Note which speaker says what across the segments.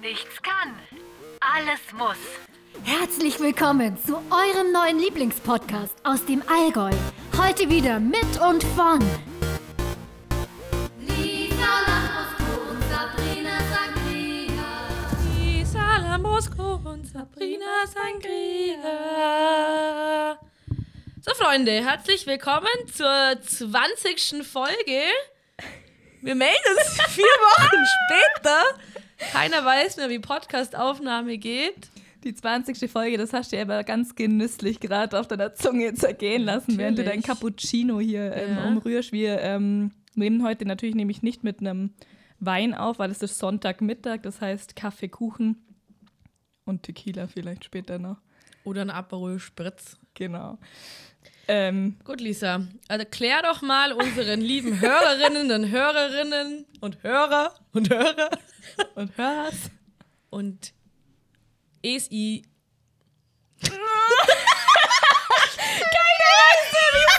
Speaker 1: nichts kann, alles muss.
Speaker 2: Herzlich willkommen zu eurem neuen Lieblingspodcast aus dem Allgäu. Heute wieder mit und von.
Speaker 3: Lisa Lambrusco und Sabrina Sangria.
Speaker 4: Lisa Lambrusco und Sabrina Sangria. So, Freunde, herzlich willkommen zur 20. Folge. Wir melden uns vier Wochen später. Keiner weiß mehr, wie Podcastaufnahme geht.
Speaker 5: Die 20. Folge, das hast du dir aber ganz genüsslich gerade auf deiner Zunge zergehen lassen, während du dein
Speaker 4: Natürlich.
Speaker 5: Cappuccino hier ähm,
Speaker 4: Ja.
Speaker 5: umrührst. Wir ähm, nehmen heute natürlich nämlich nicht mit einem Wein auf, weil es ist Sonntagmittag, das heißt Kaffee, Kuchen und Tequila vielleicht später noch.
Speaker 4: Oder ein Aperol Spritz.
Speaker 5: Genau. Ähm,
Speaker 4: Gut, Lisa, also klär doch mal unseren lieben Hörerinnen und Hörerinnen und Hörer und Hörer
Speaker 5: und hörst.
Speaker 4: und E ESI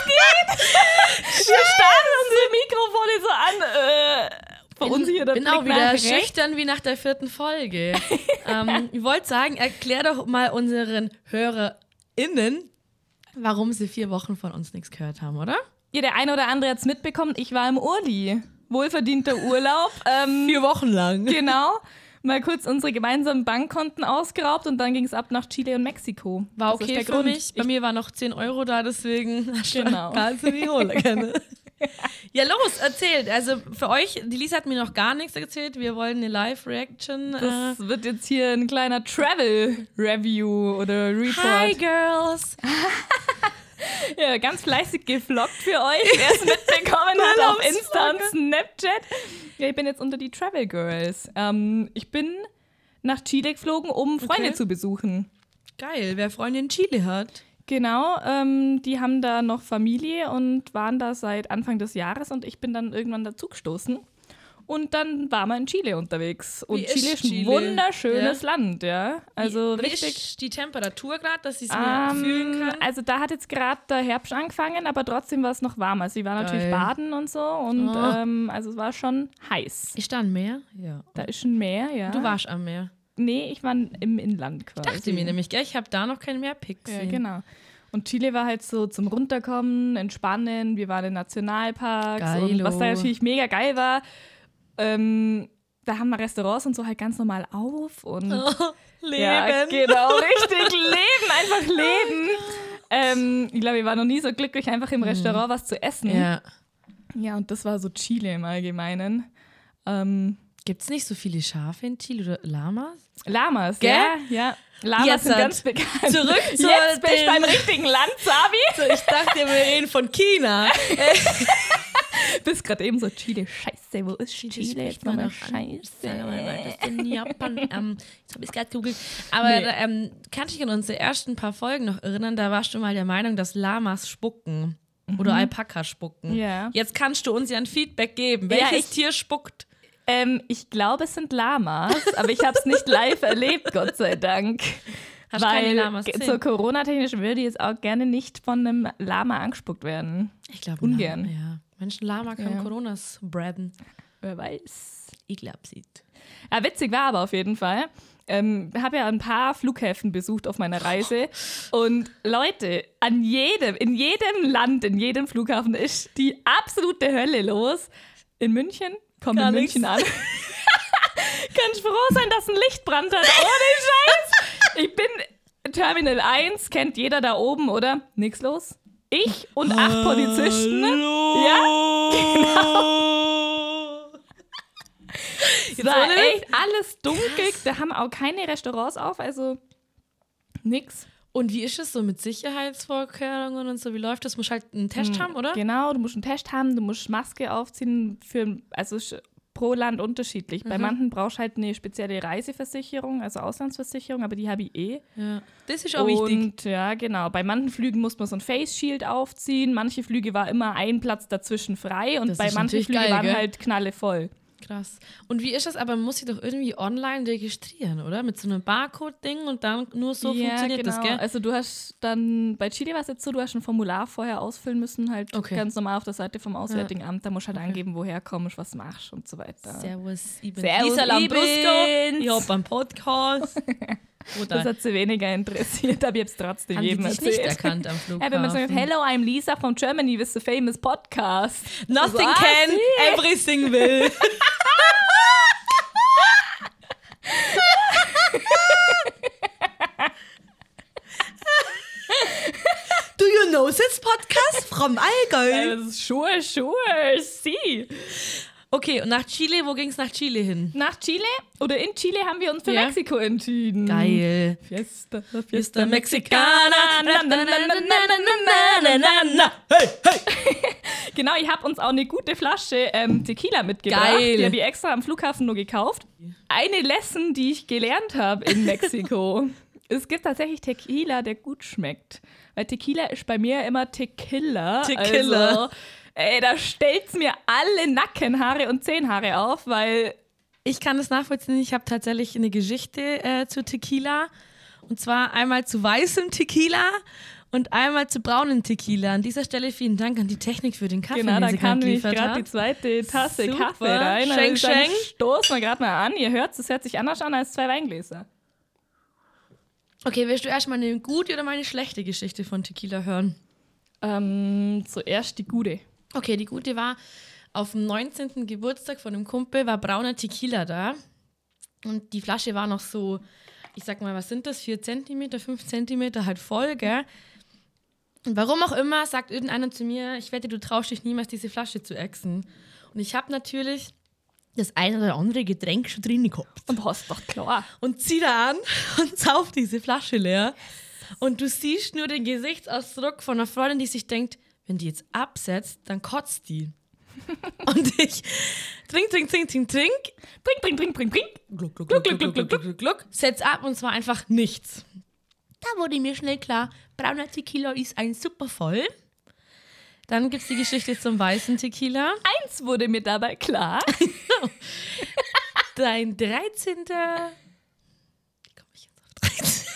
Speaker 5: Wir starren unsere Mikrofone so an. Äh, verunsicherter
Speaker 4: bin
Speaker 5: Blick
Speaker 4: auch genau wieder
Speaker 5: nach rechts.
Speaker 4: schüchtern wie nach der vierten Folge. ähm, ich wollte sagen, erklär doch mal unseren HörerInnen, warum sie vier Wochen von uns nichts gehört haben, oder?
Speaker 5: Ja, der eine oder andere hat es mitbekommen, ich war im Urli. Wohlverdienter Urlaub. Ähm,
Speaker 4: Vier Wochen lang.
Speaker 5: Genau. Mal kurz unsere gemeinsamen Bankkonten ausgeraubt und dann ging es ab nach Chile und Mexiko.
Speaker 4: War
Speaker 5: Das ist
Speaker 4: okay
Speaker 5: der
Speaker 4: für
Speaker 5: Grund.
Speaker 4: mich. Bei mir war noch 10 Euro da, deswegen
Speaker 5: Genau.
Speaker 4: kannst du die holen. Gerne. ja, los, erzählt. Also für euch, die Lisa hat mir noch gar nichts erzählt. Wir wollen eine Live-Reaction. Äh,
Speaker 5: Das wird jetzt hier ein kleiner Travel-Review oder Report.
Speaker 4: Hi, Girls.
Speaker 5: Ja, ganz fleißig gefloggt für euch, wer es mitbekommen hat auf Insta und Snapchat. Ja, ich bin jetzt unter die Travel Girls. Ähm, ich bin nach Chile geflogen, um Freunde
Speaker 4: Okay.
Speaker 5: zu besuchen.
Speaker 4: Geil, wer Freunde in Chile hat.
Speaker 5: Genau, ähm, die haben da noch Familie und waren da seit Anfang des Jahres und ich bin dann irgendwann dazugestoßen. Und dann war man in Chile unterwegs. Und
Speaker 4: Wie ist
Speaker 5: Chile ist ein
Speaker 4: Chile?
Speaker 5: wunderschönes
Speaker 4: Ja.
Speaker 5: Land, ja. Also
Speaker 4: Wie
Speaker 5: richtig.
Speaker 4: Ist die Temperatur gerade, dass ich es mir fühlen
Speaker 5: Ähm,
Speaker 4: kann?
Speaker 5: also da hat jetzt gerade der Herbst angefangen, aber trotzdem war es noch warm. Also ich war natürlich
Speaker 4: Geil.
Speaker 5: baden und so und
Speaker 4: Oh.
Speaker 5: ähm, also es war schon heiß.
Speaker 4: Ist da ein Meer? Ja.
Speaker 5: Da ist ein Meer, ja.
Speaker 4: Du warst am Meer.
Speaker 5: Nee, ich war im Inland quasi.
Speaker 4: Ah. Dachte mir nämlich, gell? Ich habe da noch kein Meerpick
Speaker 5: Ja,
Speaker 4: gesehen.
Speaker 5: genau. Und Chile war halt so zum Runterkommen, Entspannen. Wir waren in Nationalparks. Und
Speaker 4: Geilo.
Speaker 5: was da natürlich mega geil war, ähm, da haben wir Restaurants und so halt ganz normal auf. Und
Speaker 4: Oh, Leben. Oh
Speaker 5: Ja, genau, richtig. leben, einfach leben. Ähm, ich glaube, ich war noch nie so glücklich, einfach im Restaurant was zu essen.
Speaker 4: Mhm. ja.
Speaker 5: Ja, und das war so Chile im Allgemeinen. Ähm,
Speaker 4: Gibt es nicht so viele Schafe in Chile oder Lamas?
Speaker 5: Lamas,
Speaker 4: Gell?
Speaker 5: ja? Ja. Lamas
Speaker 4: Jetzt
Speaker 5: sind
Speaker 4: halt.
Speaker 5: ganz bekannt.
Speaker 4: Zurück zu
Speaker 5: Jetzt bin ich
Speaker 4: dem-
Speaker 5: beim richtigen Land, Sabi.
Speaker 4: Ich dachte, wir reden von China.
Speaker 5: bist gerade eben so Chile, scheiße, wo ist Chile? jetzt nochmal scheiße.
Speaker 4: Das ist in Japan. ähm, jetzt habe ich es gerade gegoogelt. Aber
Speaker 5: Nee.
Speaker 4: da, ähm, kann ich mich an unsere ersten paar Folgen noch erinnern, da warst du mal der Meinung, dass Lamas spucken. Oder Alpaka spucken.
Speaker 5: Mhm. Ja.
Speaker 4: Jetzt kannst du uns ja ein Feedback geben.
Speaker 5: Ja,
Speaker 4: Welches Tier spuckt?
Speaker 5: Ähm, ich glaube, es sind Lamas, aber ich habe es nicht live erlebt, Gott sei Dank.
Speaker 4: Hast
Speaker 5: Weil
Speaker 4: keine Lamas
Speaker 5: ge-
Speaker 4: gesehen?
Speaker 5: so Corona-technisch würde ich jetzt auch gerne nicht von einem Lama angespuckt werden.
Speaker 4: Ich glaube,
Speaker 5: Ungern.
Speaker 4: Lama, ja. Menschen Lama kann
Speaker 5: Ja.
Speaker 4: Corona spreaden.
Speaker 5: Wer weiß.
Speaker 4: Ich glaube, sieht.
Speaker 5: Ja, witzig war aber auf jeden Fall. Ähm, habe ja ein paar Flughäfen besucht auf meiner Reise und Leute, an jedem, in jedem Land, in jedem Flughafen ist die absolute Hölle los. In München, komm
Speaker 4: Gar
Speaker 5: in
Speaker 4: nix.
Speaker 5: München an. Kannst froh sein, dass ein Lichtbrand hat. Ohne Scheiß. Ich bin Terminal 1, kennt jeder da oben, oder? Nix los. Ich und acht Polizisten. ne? Ja, genau. Es war
Speaker 4: ohne Witz.
Speaker 5: echt alles dunkel. Da haben auch keine Restaurants auf, also nix.
Speaker 4: Und wie ist es so mit Sicherheitsvorkehrungen und so? Wie läuft das? Muss halt einen Test haben, oder?
Speaker 5: Genau, du musst einen Test haben, du musst Maske aufziehen. Für, also es ist pro Land unterschiedlich.
Speaker 4: Mhm.
Speaker 5: Bei manchen brauchst du halt eine spezielle Reiseversicherung, also Auslandsversicherung, aber die habe ich eh.
Speaker 4: Ja. Das ist auch
Speaker 5: und,
Speaker 4: wichtig.
Speaker 5: Ja, genau. Bei manchen Flügen muss man so ein Face Shield aufziehen. Manche Flüge war immer ein Platz dazwischen frei und
Speaker 4: Das
Speaker 5: bei
Speaker 4: ist
Speaker 5: manchen
Speaker 4: natürlich
Speaker 5: Flügen
Speaker 4: geil,
Speaker 5: waren
Speaker 4: gell?
Speaker 5: halt knalle voll.
Speaker 4: Krass. Und wie ist das? Aber man muss sich doch irgendwie online registrieren, oder? Mit so einem Barcode-Ding und dann nur so funktioniert das, gell?
Speaker 5: Also du hast dann, bei Chile war es jetzt so, du hast ein Formular vorher ausfüllen müssen, halt
Speaker 4: Okay.
Speaker 5: ganz normal auf der Seite vom Auswärtigen Amt, da musst du halt angeben, woher kommst, was machst und so weiter.
Speaker 4: Servus, ich bin
Speaker 5: Also, Servus,
Speaker 4: Lisa
Speaker 5: ich
Speaker 4: Lambrusco.
Speaker 5: bin's.
Speaker 4: Ich hab einen Podcast.
Speaker 5: das
Speaker 4: Oder
Speaker 5: hat sie weniger interessiert, aber ich hab's trotzdem
Speaker 4: haben die
Speaker 5: jedem
Speaker 4: dich
Speaker 5: erzählt.
Speaker 4: nicht erkannt am
Speaker 5: Ja, wenn man sagt,
Speaker 4: Flughafen?
Speaker 5: hello, I'm Lisa from Germany with the famous podcast.
Speaker 4: Nothing
Speaker 5: Was?
Speaker 4: can, everything will. Do you know this podcast from
Speaker 5: Ja,
Speaker 4: Allgäu?
Speaker 5: Das ist sure, sure, sie.
Speaker 4: Okay, und nach Chile, wo ging's nach Chile hin?
Speaker 5: Nach Chile oder in Chile haben wir uns für
Speaker 4: Ja.
Speaker 5: Mexiko entschieden.
Speaker 4: Geil.
Speaker 5: Fiesta,
Speaker 4: Hm. Fiesta
Speaker 5: Fiesta,
Speaker 4: Mexicana. Na, na, na, na, na, na, na, na. Hey, hey.
Speaker 5: Genau, ich habe uns auch eine gute Flasche ähm, Tequila mitgebracht.
Speaker 4: Geil.
Speaker 5: Die habe ich extra am Flughafen nur gekauft. Eine Lesson, die ich gelernt habe in Mexiko. es gibt tatsächlich Tequila, der gut schmeckt. Weil Tequila ist bei mir immer Tequila.
Speaker 4: Tequila.
Speaker 5: Also, ey, da stellt's mir alle Nackenhaare und Zehenhaare auf, weil
Speaker 4: Ich kann das nachvollziehen. Ich habe tatsächlich eine Geschichte äh, zu Tequila. Und zwar einmal zu weißem Tequila und einmal zu braunem Tequila. An dieser Stelle vielen Dank an die Technik für den Kaffee,
Speaker 5: genau,
Speaker 4: den
Speaker 5: da
Speaker 4: sie gerade
Speaker 5: kam nämlich
Speaker 4: geliefert
Speaker 5: gerade die
Speaker 4: hat.
Speaker 5: zweite Tasse
Speaker 4: Super.
Speaker 5: Kaffee rein.
Speaker 4: Schenk,
Speaker 5: Also dann
Speaker 4: schenk.
Speaker 5: Stoßen wir gerade mal an. Ihr hört's, es hört sich anders an als zwei Weingläser.
Speaker 4: Okay, willst du erstmal eine gute oder mal eine schlechte Geschichte von Tequila hören?
Speaker 5: Ähm, zuerst die gute.
Speaker 4: Okay, die gute war, auf dem 19. Geburtstag von einem Kumpel war brauner Tequila da. Und die Flasche war noch so, ich sag mal, was sind das? 4 Zentimeter, 5 Zentimeter, halt voll, gell? Und warum auch immer, sagt irgendeiner zu mir, ich wette, du traust dich niemals, diese Flasche zu exen. Und ich habe natürlich das ein oder andere Getränk schon drin gehabt
Speaker 5: Und hast doch klar.
Speaker 4: und zieh da an und sauf diese Flasche leer. Und du siehst nur den Gesichtsausdruck von einer Freundin, die sich denkt, wenn die jetzt absetzt, dann kotzt die. und ich trink, trink, trink, trink, trink,
Speaker 5: Trink, trink, trink, trink, trink.
Speaker 4: gluck, gluck, gluck, gluck, gluck, gluck, gluck, gluck, gluck, setz ab und zwar einfach nichts. Da wurde mir schnell klar, brauner Tequila ist ein super voll. Dann gibt's die Geschichte zum weißen Tequila.
Speaker 5: Eins wurde mir dabei klar.
Speaker 4: Dein 13. Wie komme ich jetzt auf 13?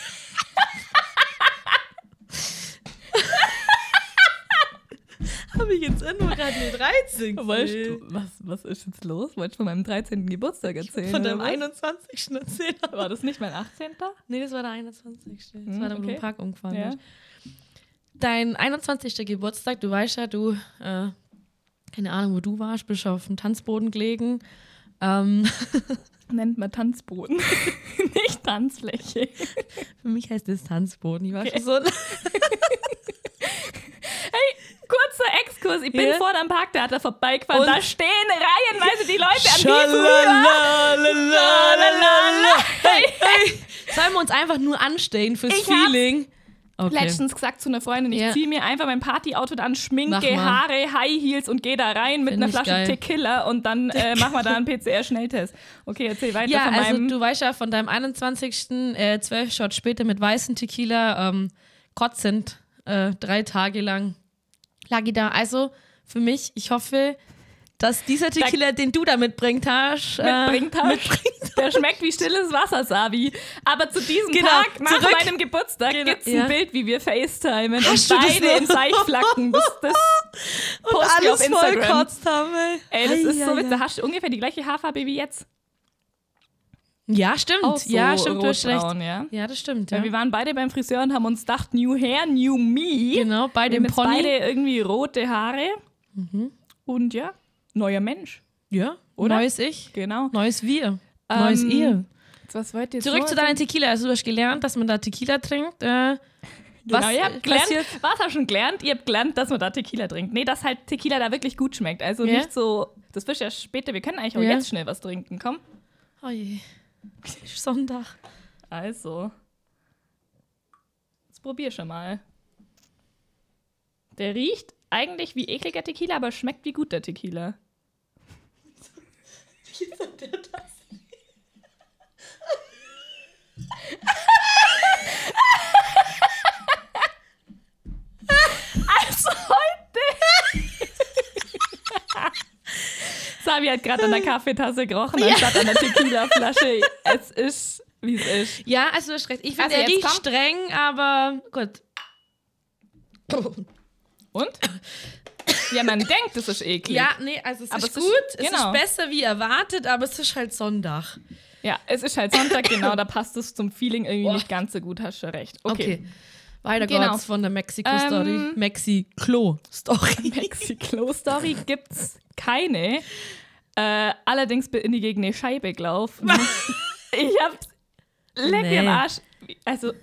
Speaker 4: Habe ich jetzt irgendwo gerade eine 13?
Speaker 5: Wolltest du, was, was ist jetzt los? Wolltest du von meinem 13. Geburtstag erzählen?
Speaker 4: Von deinem
Speaker 5: oder was?
Speaker 4: 21. erzählt.
Speaker 5: War das nicht mein 18.?
Speaker 4: Nee, das war der 21. Das
Speaker 5: Hm,
Speaker 4: war der okay.
Speaker 5: okay.
Speaker 4: Park umgefahren.
Speaker 5: Ja.
Speaker 4: ist. Dein 21. Geburtstag, du weißt ja, du, äh, keine Ahnung, wo du warst, bist auf dem Tanzboden gelegen. Ähm,
Speaker 5: Nennt man Tanzboden. nicht Tanzfläche.
Speaker 4: für mich heißt das Tanzboden. Ich war
Speaker 5: Okay.
Speaker 4: schon so
Speaker 5: Kurzer Exkurs. Ich bin
Speaker 4: Ja.
Speaker 5: vor dem Parktheater vorbeigefahren.
Speaker 4: Und?
Speaker 5: da stehen reihenweise die Leute an die früher.
Speaker 4: Schalalalala. Hey, hey. Sollen wir uns einfach nur anstehen fürs
Speaker 5: Ich hab's
Speaker 4: Feeling? Okay.
Speaker 5: Letztens gesagt zu einer Freundin, ich
Speaker 4: Ja.
Speaker 5: ziehe mir einfach mein Partyauto an,
Speaker 4: Mach
Speaker 5: schminke,
Speaker 4: mal.
Speaker 5: Haare, High Heels und gehe da rein mit
Speaker 4: Find
Speaker 5: einer
Speaker 4: ich
Speaker 5: Flasche
Speaker 4: geil.
Speaker 5: Tequila und dann äh, machen wir da einen PCR-Schnelltest. Okay, erzähl weiter
Speaker 4: Ja,
Speaker 5: von
Speaker 4: also
Speaker 5: meinem
Speaker 4: du weißt ja, von deinem 21. Äh, 12 Shot später mit weißem Tequila ähm, kotzend äh, drei Tage lang lag ich da. Also für mich, ich hoffe, dass dieser Tequila, den du da mitbringt hast,
Speaker 5: mitbringt
Speaker 4: äh,
Speaker 5: hast.
Speaker 4: mitbringt
Speaker 5: Der schmeckt wie stilles Wasser, Sabi. Aber zu diesem
Speaker 4: Genau,
Speaker 5: Tag, nach
Speaker 4: zurück.
Speaker 5: meinem Geburtstag,
Speaker 4: Genau,
Speaker 5: gibt's ein
Speaker 4: ja.
Speaker 5: Bild, wie wir FaceTimen
Speaker 4: Hast du
Speaker 5: und
Speaker 4: das
Speaker 5: beide
Speaker 4: noch?
Speaker 5: in Seichflacken. Das, das
Speaker 4: und
Speaker 5: poste ich auf
Speaker 4: alles voll
Speaker 5: Instagram.
Speaker 4: kotzt haben. ey.
Speaker 5: Ey, das ist so
Speaker 4: Eieiei.
Speaker 5: witzig. Da hast du ungefähr die gleiche Haarfarbe wie jetzt.
Speaker 4: Ja, stimmt.
Speaker 5: Auch so
Speaker 4: ja, stimmt, du hast recht.
Speaker 5: rotbraun, ja.
Speaker 4: Ja, das stimmt.
Speaker 5: Weil
Speaker 4: Ja.
Speaker 5: wir waren beide beim Friseur und haben uns gedacht, New Hair, New Me.
Speaker 4: Genau, bei
Speaker 5: Wir haben
Speaker 4: dem
Speaker 5: jetzt
Speaker 4: Pony. Mhm.
Speaker 5: beide irgendwie rote Haare. Und ja, neuer Mensch.
Speaker 4: Ja,
Speaker 5: Oder?
Speaker 4: Neues Ich,
Speaker 5: Genau.
Speaker 4: neues Wir, neues
Speaker 5: Ähm,
Speaker 4: Ihr.
Speaker 5: Was wollt ihr jetzt
Speaker 4: Zurück zu
Speaker 5: noch?
Speaker 4: deinem Tequila. Also, du hast gelernt, dass man da Tequila trinkt. Äh,
Speaker 5: Genau,
Speaker 4: was äh,
Speaker 5: ihr habt
Speaker 4: passiert?
Speaker 5: gelernt, was habt ihr schon gelernt? Ihr habt gelernt, dass man da Tequila trinkt. Nee, dass halt Tequila da wirklich gut schmeckt. Also
Speaker 4: Ja.
Speaker 5: nicht so, das wird ja später, wir können eigentlich auch
Speaker 4: Ja.
Speaker 5: jetzt schnell was trinken, komm.
Speaker 4: Oh je. Es ist Sonntag.
Speaker 5: Also, jetzt probier schon mal. Der riecht eigentlich wie ekliger Tequila, aber schmeckt wie guter Tequila. Also heute! Slavi hat gerade an der Kaffeetasse gerochen, anstatt an der Tequila-Flasche. Es ist, wie es ist.
Speaker 4: Ja, also du hast recht. Ich finde,
Speaker 5: Also
Speaker 4: er
Speaker 5: jetzt
Speaker 4: riecht
Speaker 5: kommt-
Speaker 4: streng, aber gut.
Speaker 5: Und? Ja, man denkt, es ist eklig.
Speaker 4: Ja, nee, also es
Speaker 5: Aber
Speaker 4: ist
Speaker 5: es ist-
Speaker 4: gut, es
Speaker 5: genau.
Speaker 4: ist besser wie erwartet, aber es ist halt Sonntag.
Speaker 5: Ja, es ist halt Sonntag, genau, da passt es zum Feeling irgendwie
Speaker 4: Boah.
Speaker 5: nicht ganz so gut, hast du recht.
Speaker 4: Okay.
Speaker 5: Okay.
Speaker 4: Weiter
Speaker 5: Genau.
Speaker 4: geht's von der Mexiko-Story.
Speaker 5: Ähm,
Speaker 4: Mexi-Klo-Story.
Speaker 5: Mexiklo-Story gibt's keine. Äh, allerdings bin ich gegen eine Scheibe gelaufen. ich hab's leck
Speaker 4: Nee.
Speaker 5: mir am Arsch. Also,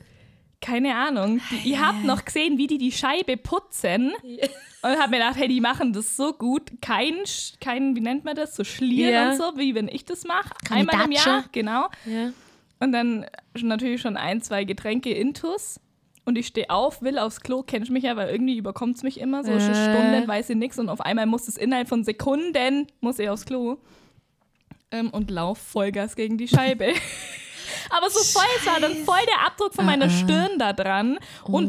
Speaker 5: keine Ahnung. Die, ich hab noch gesehen, wie die die Scheibe putzen. Und hab mir gedacht, hey, die machen das so gut. Kein, Sch- kein wie nennt man das? So Schlieren
Speaker 4: Ja.
Speaker 5: und so, wie wenn ich das mache.
Speaker 4: Keine
Speaker 5: Einmal im
Speaker 4: Datsche.
Speaker 5: Jahr, genau.
Speaker 4: ja.
Speaker 5: Und dann schon- natürlich schon ein, zwei Getränke intus. Und ich stehe auf, will aufs Klo, kennst mich ja, weil irgendwie überkommt es mich immer. So schon
Speaker 4: Äh.
Speaker 5: Stunden weiß ich nichts und auf einmal muss es innerhalb von Sekunden, muss ich aufs Klo. Ähm, und lauf Vollgas gegen die Scheibe. Aber so voll es war dann voll der Abdruck von meiner Stirn da dran und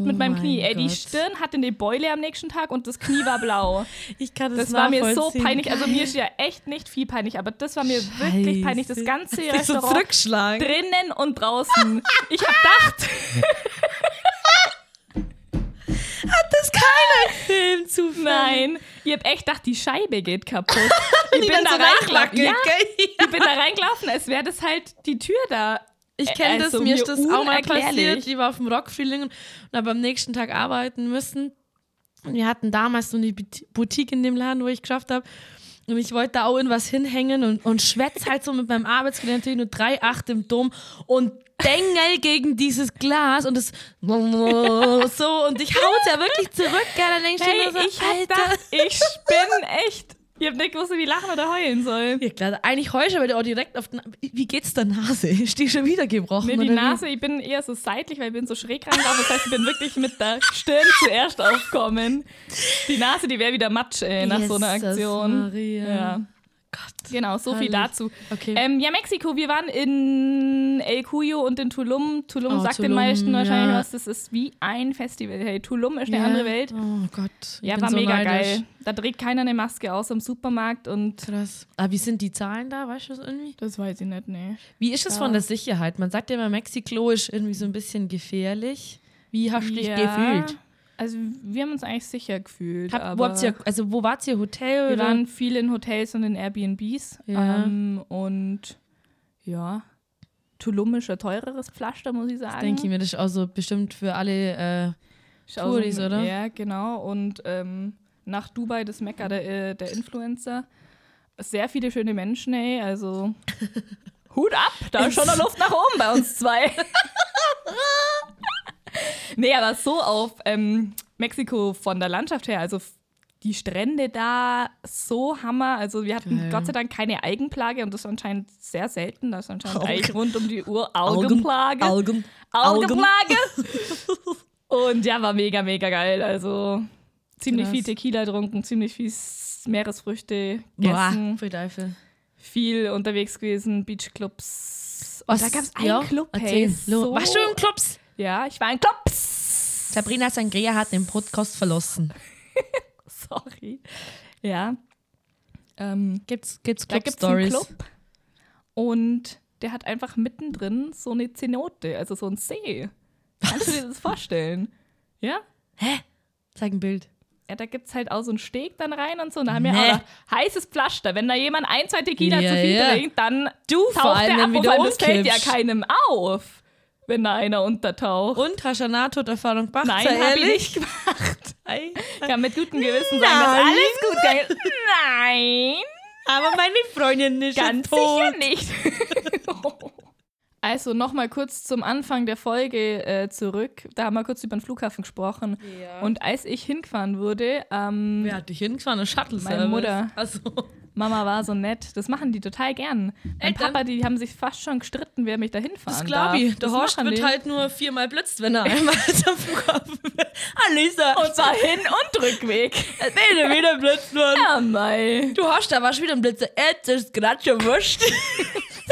Speaker 4: Ah. Oh
Speaker 5: mit meinem
Speaker 4: mein
Speaker 5: Knie. Ey, die
Speaker 4: Gott.
Speaker 5: Stirn hatte eine Beule am nächsten Tag und das Knie war blau.
Speaker 4: Ich kann
Speaker 5: Das war mir so peinlich. Also mir ist ja echt nicht viel peinlich, aber das war mir wirklich peinlich. Das ganze
Speaker 4: Dich so
Speaker 5: Restaurant
Speaker 4: zurückschlagen.
Speaker 5: drinnen und draußen. Ich hab gedacht,
Speaker 4: das keiner gefilmt, zufällig.
Speaker 5: nein, ich hab echt gedacht, die Scheibe geht kaputt. Ich
Speaker 4: Die
Speaker 5: bin
Speaker 4: dann
Speaker 5: da
Speaker 4: so
Speaker 5: reingelaufen.
Speaker 4: nachlackig,
Speaker 5: Ja,
Speaker 4: gell?
Speaker 5: ich bin da reingelaufen, als wäre das halt die Tür da.
Speaker 4: Ich kenne das,
Speaker 5: Also
Speaker 4: mir ist
Speaker 5: mir
Speaker 4: das auch mal
Speaker 5: unerklärlich.
Speaker 4: passiert. Ich war auf dem Rockfeeling und habe am nächsten Tag arbeiten müssen. Und wir hatten damals so eine Bit- Boutique in dem Laden, wo ich geschafft habe. Und ich wollte da auch irgendwas hinhängen und, und schwätz halt so mit meinem Arbeitskollegen natürlich nur 3,8 im Dom und dengel gegen dieses Glas und es so und ich hau's ja wirklich zurück, gell? Dann denk ich
Speaker 5: Hey,
Speaker 4: mir nur so,
Speaker 5: ich hab
Speaker 4: Alter.
Speaker 5: gedacht, ich spinne echt. Ich hab nicht gewusst, wie ich lachen oder heulen soll.
Speaker 4: Ja, klar, eigentlich heulst du aber auch direkt auf den, Wie geht's der Nase? Ist die schon wieder gebrochen?
Speaker 5: Mir die
Speaker 4: oder wie?
Speaker 5: Nase, ich bin eher so seitlich, weil ich bin so schräg reingelaufen. Das heißt, ich bin wirklich mit der Stirn zuerst aufkommen. Die Nase, die wäre wieder matsch, ey, nach so einer
Speaker 4: Jesus
Speaker 5: Aktion.
Speaker 4: Maria.
Speaker 5: Ja.
Speaker 4: Gott.
Speaker 5: Genau, so
Speaker 4: Herrlich.
Speaker 5: viel dazu.
Speaker 4: Okay.
Speaker 5: Ähm, ja, Mexiko, wir waren in El Cuyo und in Tulum. Tulum
Speaker 4: Oh,
Speaker 5: sagt den
Speaker 4: Tulum,
Speaker 5: meisten wahrscheinlich
Speaker 4: ja.
Speaker 5: was. Das ist wie ein Festival. Hey, Tulum ist eine andere Welt.
Speaker 4: Oh Gott. ich
Speaker 5: Ja,
Speaker 4: bin
Speaker 5: war
Speaker 4: so
Speaker 5: mega
Speaker 4: neidisch.
Speaker 5: geil. Da trägt keiner eine Maske außer im Supermarkt und.
Speaker 4: Krass. Aber Ah, wie sind die Zahlen da? Weißt du das irgendwie?
Speaker 5: Das weiß ich nicht, ne.
Speaker 4: Wie ist es von der Sicherheit? Man sagt ja immer, Mexiko ist irgendwie so ein bisschen gefährlich. Wie hast du dich gefühlt?
Speaker 5: Also, wir haben uns eigentlich sicher gefühlt.
Speaker 4: Hab, wo
Speaker 5: aber
Speaker 4: habt ihr, also wo wart ihr? Hotel
Speaker 5: wir
Speaker 4: oder?
Speaker 5: waren viel in Hotels und in Airbnbs.
Speaker 4: Ja.
Speaker 5: Ähm, und ja, Tulum ist ein teureres Pflaster, muss ich sagen.
Speaker 4: Denke ich mir, das ist auch so bestimmt für alle. äh,
Speaker 5: Ist auch so
Speaker 4: Touris,
Speaker 5: ein-
Speaker 4: oder?
Speaker 5: Ja, genau. Und ähm, nach Dubai, das Mekka der, äh, der Influencer. Sehr viele schöne Menschen, ey. Also Hut ab, da ist schon noch Luft nach oben bei uns zwei. nee, aber so auf ähm, Mexiko von der Landschaft her, also f- die Strände da, so Hammer. Also wir hatten
Speaker 4: Geil.
Speaker 5: Gott sei Dank keine Algenplage und das ist anscheinend sehr selten. Das ist anscheinend
Speaker 4: Augen-
Speaker 5: eigentlich rund um die Uhr
Speaker 4: Augen-
Speaker 5: Algenplage.
Speaker 4: Algen.
Speaker 5: Augenplage. Und ja, war mega, mega geil. Also ziemlich
Speaker 4: Krass.
Speaker 5: viel Tequila getrunken, ziemlich viel S- Meeresfrüchte
Speaker 4: Boah,
Speaker 5: gegessen,
Speaker 4: für Teufel.
Speaker 5: viel unterwegs gewesen, Beachclubs. Und da gab es einen Club.
Speaker 4: Erzähl.
Speaker 5: Hey,
Speaker 4: Lo-
Speaker 5: so,
Speaker 4: Warst du im Clubs?
Speaker 5: Ja, ich war in Clubs.
Speaker 4: Sabrina Sangria hat den Podcast verlassen.
Speaker 5: Sorry. Ja. Ähm,
Speaker 4: Gibt's, gibt's
Speaker 5: da
Speaker 4: Club
Speaker 5: gibt es einen
Speaker 4: Stories?
Speaker 5: Club. Und der hat einfach mittendrin so eine Zenote, also so einen See. Kannst du dir das vorstellen? Ja?
Speaker 4: Zeig ein Bild.
Speaker 5: ja, da gibt es halt auch so einen Steg dann rein und so. Und da haben wir
Speaker 4: Nee.
Speaker 5: auch gedacht, heißes Pflaster. Wenn da jemand ein, zwei Tequila
Speaker 4: Ja,
Speaker 5: zu viel
Speaker 4: ja.
Speaker 5: trinkt, dann
Speaker 4: Du
Speaker 5: taucht
Speaker 4: vor allem,
Speaker 5: der
Speaker 4: wenn
Speaker 5: ab.
Speaker 4: wieder
Speaker 5: Vor allem, das fällt ja
Speaker 4: umkippst.
Speaker 5: keinem auf, wenn da einer untertaucht.
Speaker 4: Und hast du eine Nahtoderfahrung gemacht?
Speaker 5: Nein,
Speaker 4: Sei
Speaker 5: hab ich
Speaker 4: ehrlich.
Speaker 5: nicht gemacht.
Speaker 4: Ei.
Speaker 5: Ich kann mit gutem Gewissen sagen, dass
Speaker 4: Nein.
Speaker 5: alles gut geht. Nein,
Speaker 4: Aber meine Freundin ist
Speaker 5: ganz
Speaker 4: schon tot.
Speaker 5: sicher nicht. Also nochmal kurz zum Anfang der Folge äh, zurück. Da haben wir kurz über den Flughafen gesprochen. Und als ich hingefahren wurde, ähm,
Speaker 4: Wer hat dich hingefahren? Ein Shuttle-Service?
Speaker 5: Meine Mutter.
Speaker 4: Also,
Speaker 5: Mama war so nett. Das machen die total gern. Mein
Speaker 4: Echt, ja?
Speaker 5: Papa, die haben sich fast schon gestritten, wer mich da hinfahren
Speaker 4: das
Speaker 5: darf.
Speaker 4: glaube ich. Der
Speaker 5: Das
Speaker 4: Horst
Speaker 5: machen
Speaker 4: wird
Speaker 5: die.
Speaker 4: halt nur viermal blitzt, wenn er einmal zum Flughafen wird. Alisa,
Speaker 5: Und zwar hin- und rückweg.
Speaker 4: wieder, wieder blitzt man.
Speaker 5: Ja, mei.
Speaker 4: Du Horst, da war schon wieder ein Blitzer. Jetzt ist gerade schon wurscht.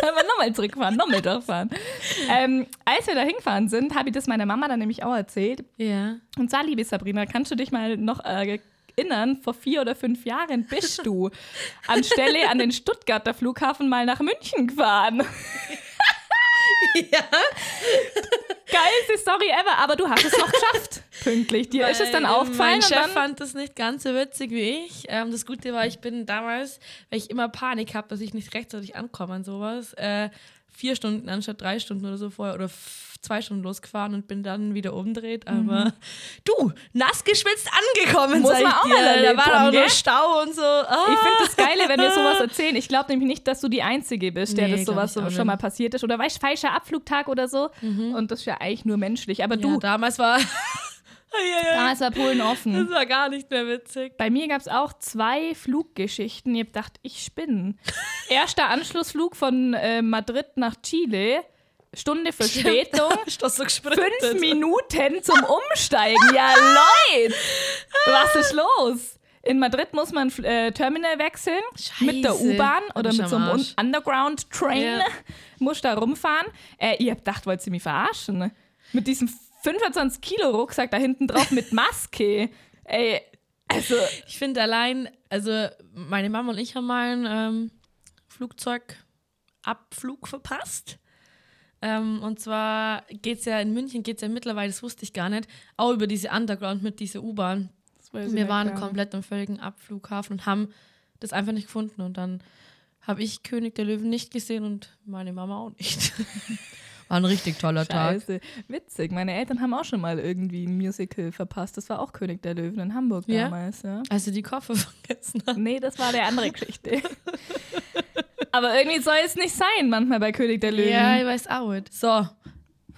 Speaker 5: Sollen wir nochmal zurückfahren, nochmal durchfahren. Ähm, als wir da hingefahren sind, habe ich das meiner Mama dann nämlich auch erzählt.
Speaker 4: Ja.
Speaker 5: Und zwar, liebe Sabrina, kannst du dich mal noch äh, erinnern, vor vier oder fünf Jahren bist du anstelle an den Stuttgarter Flughafen mal nach München gefahren.
Speaker 4: Ja.
Speaker 5: Geilste Story ever, aber du hast es noch geschafft. Pünktlich. Dir ist es dann
Speaker 4: Weil
Speaker 5: aufgefallen
Speaker 4: Äh, Mein
Speaker 5: und
Speaker 4: Chef
Speaker 5: dann
Speaker 4: fand das nicht ganz so witzig wie ich. Ähm, das Gute war, ich bin damals, weil ich immer Panik habe, dass ich nicht rechtzeitig ankomme und sowas, äh, vier Stunden anstatt drei Stunden oder so vorher oder f- zwei Stunden losgefahren und bin dann wieder umdreht. Aber du, nass geschwitzt angekommen,
Speaker 5: Mhm. Muss
Speaker 4: sag
Speaker 5: man
Speaker 4: ich
Speaker 5: auch
Speaker 4: dir.
Speaker 5: mal
Speaker 4: da
Speaker 5: erlebt
Speaker 4: war
Speaker 5: haben,
Speaker 4: auch noch
Speaker 5: gell?
Speaker 4: Stau und so. Ah.
Speaker 5: Ich finde das Geile, wenn wir sowas erzählen. Ich glaube nämlich nicht, dass du die Einzige bist, der
Speaker 4: Nee,
Speaker 5: das
Speaker 4: glaub
Speaker 5: sowas
Speaker 4: ich
Speaker 5: so
Speaker 4: auch
Speaker 5: schon mal
Speaker 4: nicht. Mhm.
Speaker 5: passiert ist. Oder weißt du, falscher Abflugtag oder so. Und das ist ja eigentlich nur menschlich. Aber
Speaker 4: ja,
Speaker 5: du,
Speaker 4: damals war. Eieiei,
Speaker 5: damals war Polen
Speaker 4: das
Speaker 5: offen.
Speaker 4: war gar nicht mehr witzig.
Speaker 5: Bei mir gab es auch zwei Fluggeschichten. Ich habe gedacht, ich spinne. Erster Anschlussflug von äh, Madrid nach Chile. Stunde Verspätung.
Speaker 4: Ist das so gesprintet?
Speaker 5: Fünf Minuten zum Umsteigen. Ja, Leute! Was ist los? In Madrid muss man äh, Terminal wechseln mit der
Speaker 4: Scheiße.
Speaker 5: U-Bahn oder
Speaker 4: Am
Speaker 5: mit so
Speaker 4: Schammarsch.
Speaker 5: einem Underground-Train.
Speaker 4: Ja.
Speaker 5: Muss da rumfahren. Äh, ihr habt gedacht, wollt ihr mich verarschen? Mit diesem 25 Kilo Rucksack da hinten drauf mit Maske. Ey, also
Speaker 4: Ich finde allein, also meine Mama und ich haben mal einen ähm, Flugzeugabflug verpasst. Ähm, und zwar geht es ja in München, geht es ja mittlerweile, das wusste ich gar nicht, auch über diese Underground mit dieser U-Bahn. Wir waren komplett im völligen Abflughafen und haben das einfach nicht gefunden. Und dann habe ich König der Löwen nicht gesehen und meine Mama auch nicht. War ein richtig toller Tag.
Speaker 5: Scheiße. Witzig, meine Eltern haben auch schon mal irgendwie ein Musical verpasst. Das war auch König der Löwen in Hamburg
Speaker 4: Ja?
Speaker 5: damals, ja.
Speaker 4: Also die Koffer vergessen haben.
Speaker 5: Nee, das war der andere Geschichte. Aber irgendwie soll es nicht sein, manchmal bei König der Löwen.
Speaker 4: Ja, ich weiß auch nicht. So,